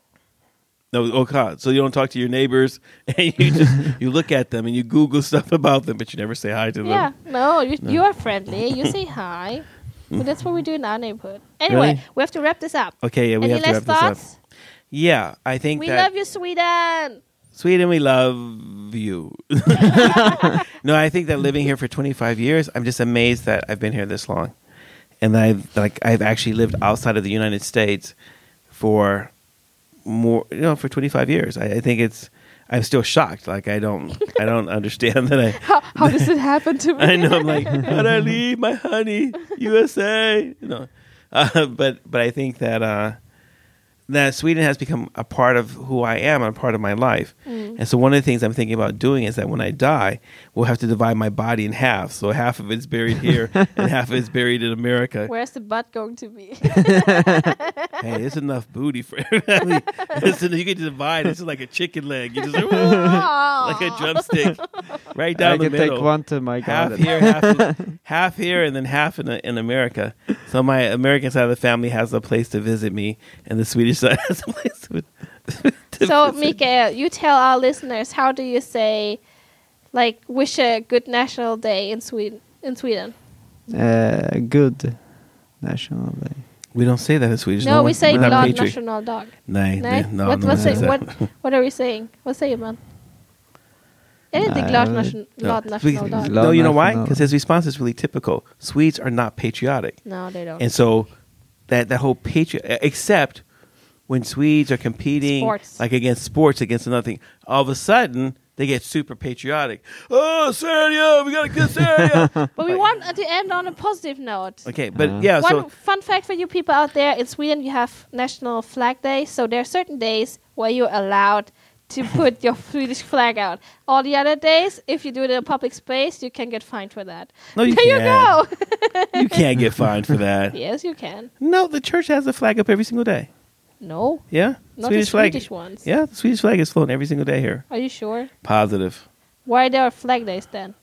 [SPEAKER 1] no, okay. So you don't talk to your neighbors, and you just you look at them and you Google stuff about them, but you never say hi to them.
[SPEAKER 2] Yeah. No, you, you are friendly. You say hi. But that's what we do in our neighborhood. Anyway,
[SPEAKER 3] Really?
[SPEAKER 2] we have to wrap this up.
[SPEAKER 1] Okay, yeah, we
[SPEAKER 2] Any
[SPEAKER 1] have to
[SPEAKER 2] last
[SPEAKER 1] wrap
[SPEAKER 2] thoughts?
[SPEAKER 1] this up. Yeah, I think
[SPEAKER 2] We
[SPEAKER 1] that
[SPEAKER 2] love you, Sweden.
[SPEAKER 1] Sweden, we love you. no, I think that living here for 25 years, I'm just amazed that I've been here this long, and that I've like I've actually lived outside of the United States for more, you know, for 25 years. I, I think it's I'm still shocked. Like I don't I don't understand that I
[SPEAKER 2] How, how does it happen to me?
[SPEAKER 1] I know I'm like how would I leave my honey USA? You know, uh, but but I think that. uh that Sweden has become a part of who I am and a part of my life. And so one of the things I'm thinking about doing is that when I die, we'll have to divide my body in half. So half of it's buried here and half of it's buried in America.
[SPEAKER 2] Where's the butt going to be?
[SPEAKER 1] Hey, it's enough booty for everybody. It's en- you can divide. It's like a chicken leg. You just like, "Whoa," like a drumstick, right down
[SPEAKER 3] I
[SPEAKER 1] the
[SPEAKER 3] can
[SPEAKER 1] middle.
[SPEAKER 3] take one to my
[SPEAKER 1] half
[SPEAKER 3] garden.
[SPEAKER 1] here, half in, half here, and then half in in America. So my American side of the family has a place to visit me, and the Swedish side has a place to
[SPEAKER 2] so, Mikael, you tell our listeners how do you say, like, wish a good national day in Sweden? In Sweden,
[SPEAKER 3] Uh, good national day.
[SPEAKER 1] we don't say that in Swedish.
[SPEAKER 2] no, we
[SPEAKER 1] one-
[SPEAKER 2] say
[SPEAKER 1] we're not
[SPEAKER 2] "glad
[SPEAKER 1] patriot.
[SPEAKER 2] national dog."
[SPEAKER 1] Nej,
[SPEAKER 2] No,
[SPEAKER 1] nej, no,
[SPEAKER 2] what,
[SPEAKER 1] no,
[SPEAKER 2] what,
[SPEAKER 1] no,
[SPEAKER 2] say,
[SPEAKER 1] no.
[SPEAKER 2] what, what are we saying? What say you, man? Är det
[SPEAKER 3] Nej,
[SPEAKER 2] glad
[SPEAKER 3] jag vet
[SPEAKER 2] nation,
[SPEAKER 1] Uh, No.
[SPEAKER 2] glad national
[SPEAKER 1] Because-
[SPEAKER 2] dog?
[SPEAKER 3] Glad
[SPEAKER 1] No, you know why?
[SPEAKER 3] national.
[SPEAKER 1] Because his response is really typical. Swedes are not patriotic,
[SPEAKER 2] No, they don't.
[SPEAKER 1] and so that that whole patriot, except when Swedes are competing
[SPEAKER 2] Sports.
[SPEAKER 1] like against sports against another thing, all of a sudden they get super patriotic. Oh, Serbia, we got to kill Serbia.
[SPEAKER 2] But we want to end on a positive note.
[SPEAKER 1] okay, but
[SPEAKER 3] Uh-huh.
[SPEAKER 1] yeah,
[SPEAKER 2] One
[SPEAKER 1] so
[SPEAKER 2] fun fact for you people out there: in Sweden, you have National Flag Day, so there are certain days where you're allowed to put your Swedish flag out. All the other days, if you do it in a public space, you can get fined for that.
[SPEAKER 1] No, you
[SPEAKER 2] there
[SPEAKER 1] can't.
[SPEAKER 2] you go.
[SPEAKER 1] you can't get fined for that.
[SPEAKER 2] yes, you can.
[SPEAKER 1] No, the church has a flag up every single day.
[SPEAKER 2] No,
[SPEAKER 1] Yeah,
[SPEAKER 2] not the
[SPEAKER 1] flag.
[SPEAKER 2] Swedish ones.
[SPEAKER 1] Yeah, the Swedish flag is flown every single day here.
[SPEAKER 2] Are you sure?
[SPEAKER 1] Positive.
[SPEAKER 2] Why there are flag days then?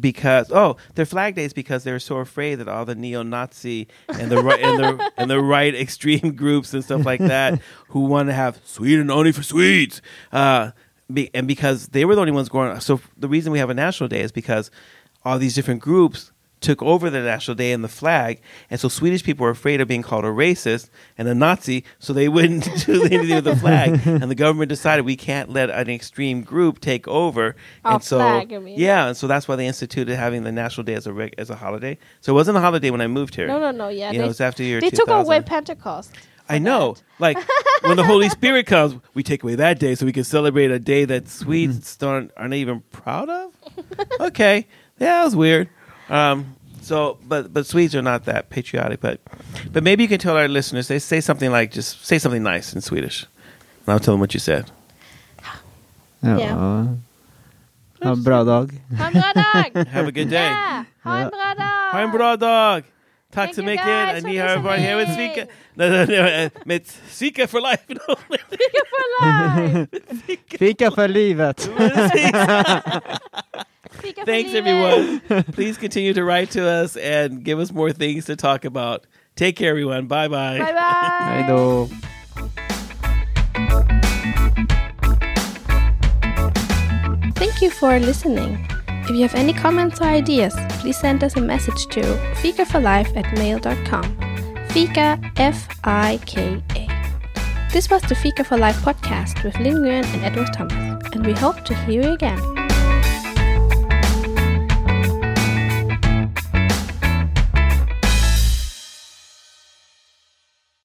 [SPEAKER 1] because oh their flag days because they were so afraid that all the neo-nazi and the right and the, and the right extreme groups and stuff like that who want to have sweden only for swedes uh, be, and because they were the only ones going so the reason we have a national day is because all these different groups took over the national day and the flag and so swedish people were afraid of being called a racist and a nazi so they wouldn't do anything with the flag and the government decided we can't let an extreme group take over
[SPEAKER 2] Our
[SPEAKER 1] and so
[SPEAKER 2] flag, I mean.
[SPEAKER 1] yeah yeah, and so that's why they instituted having the National Day as a reg- as a holiday. So it wasn't a holiday when I moved here.
[SPEAKER 2] No, no, no. Yeah,
[SPEAKER 1] You know, it's after year
[SPEAKER 2] they took away
[SPEAKER 1] 2000.
[SPEAKER 2] Pentecost.
[SPEAKER 1] I know. Like when the Holy Spirit comes, we take away that day so we can celebrate a day that Swedes aren't, aren't even proud of. Okay, yeah, that was weird. Um, so, but but Swedes are not that patriotic. But but maybe you can tell our listeners they say something like just say something nice in Swedish, and I'll tell them what you said.
[SPEAKER 3] Ja.
[SPEAKER 2] Ja.
[SPEAKER 3] Ha en bra dag.
[SPEAKER 2] Ha en bra dag!
[SPEAKER 1] Have a good day.
[SPEAKER 2] Yeah, ha en bra dag!
[SPEAKER 1] Ha en bra dag! Tack
[SPEAKER 2] Thank
[SPEAKER 1] så
[SPEAKER 2] you
[SPEAKER 1] mycket!
[SPEAKER 2] guys
[SPEAKER 1] Ni
[SPEAKER 2] for
[SPEAKER 1] har varit här med
[SPEAKER 2] listening.
[SPEAKER 1] Svika. Nej, nej, nej, Med Svika uh, for life! No,
[SPEAKER 2] for life!
[SPEAKER 3] Fika för livet!
[SPEAKER 2] Fika för
[SPEAKER 1] Thanks
[SPEAKER 2] livet.
[SPEAKER 1] everyone. Please continue to write to us and give us more things to talk about. Take care everyone. Bye bye.
[SPEAKER 2] Bye bye!
[SPEAKER 3] Hej då!
[SPEAKER 4] Thank you for listening. If you have any comments or ideas, please send us a message to fikaforlife at mail.com. Fika, F I K A. This was the Fika for Life podcast with Lin Nguyen and Edward Thomas, and we hope to hear you again.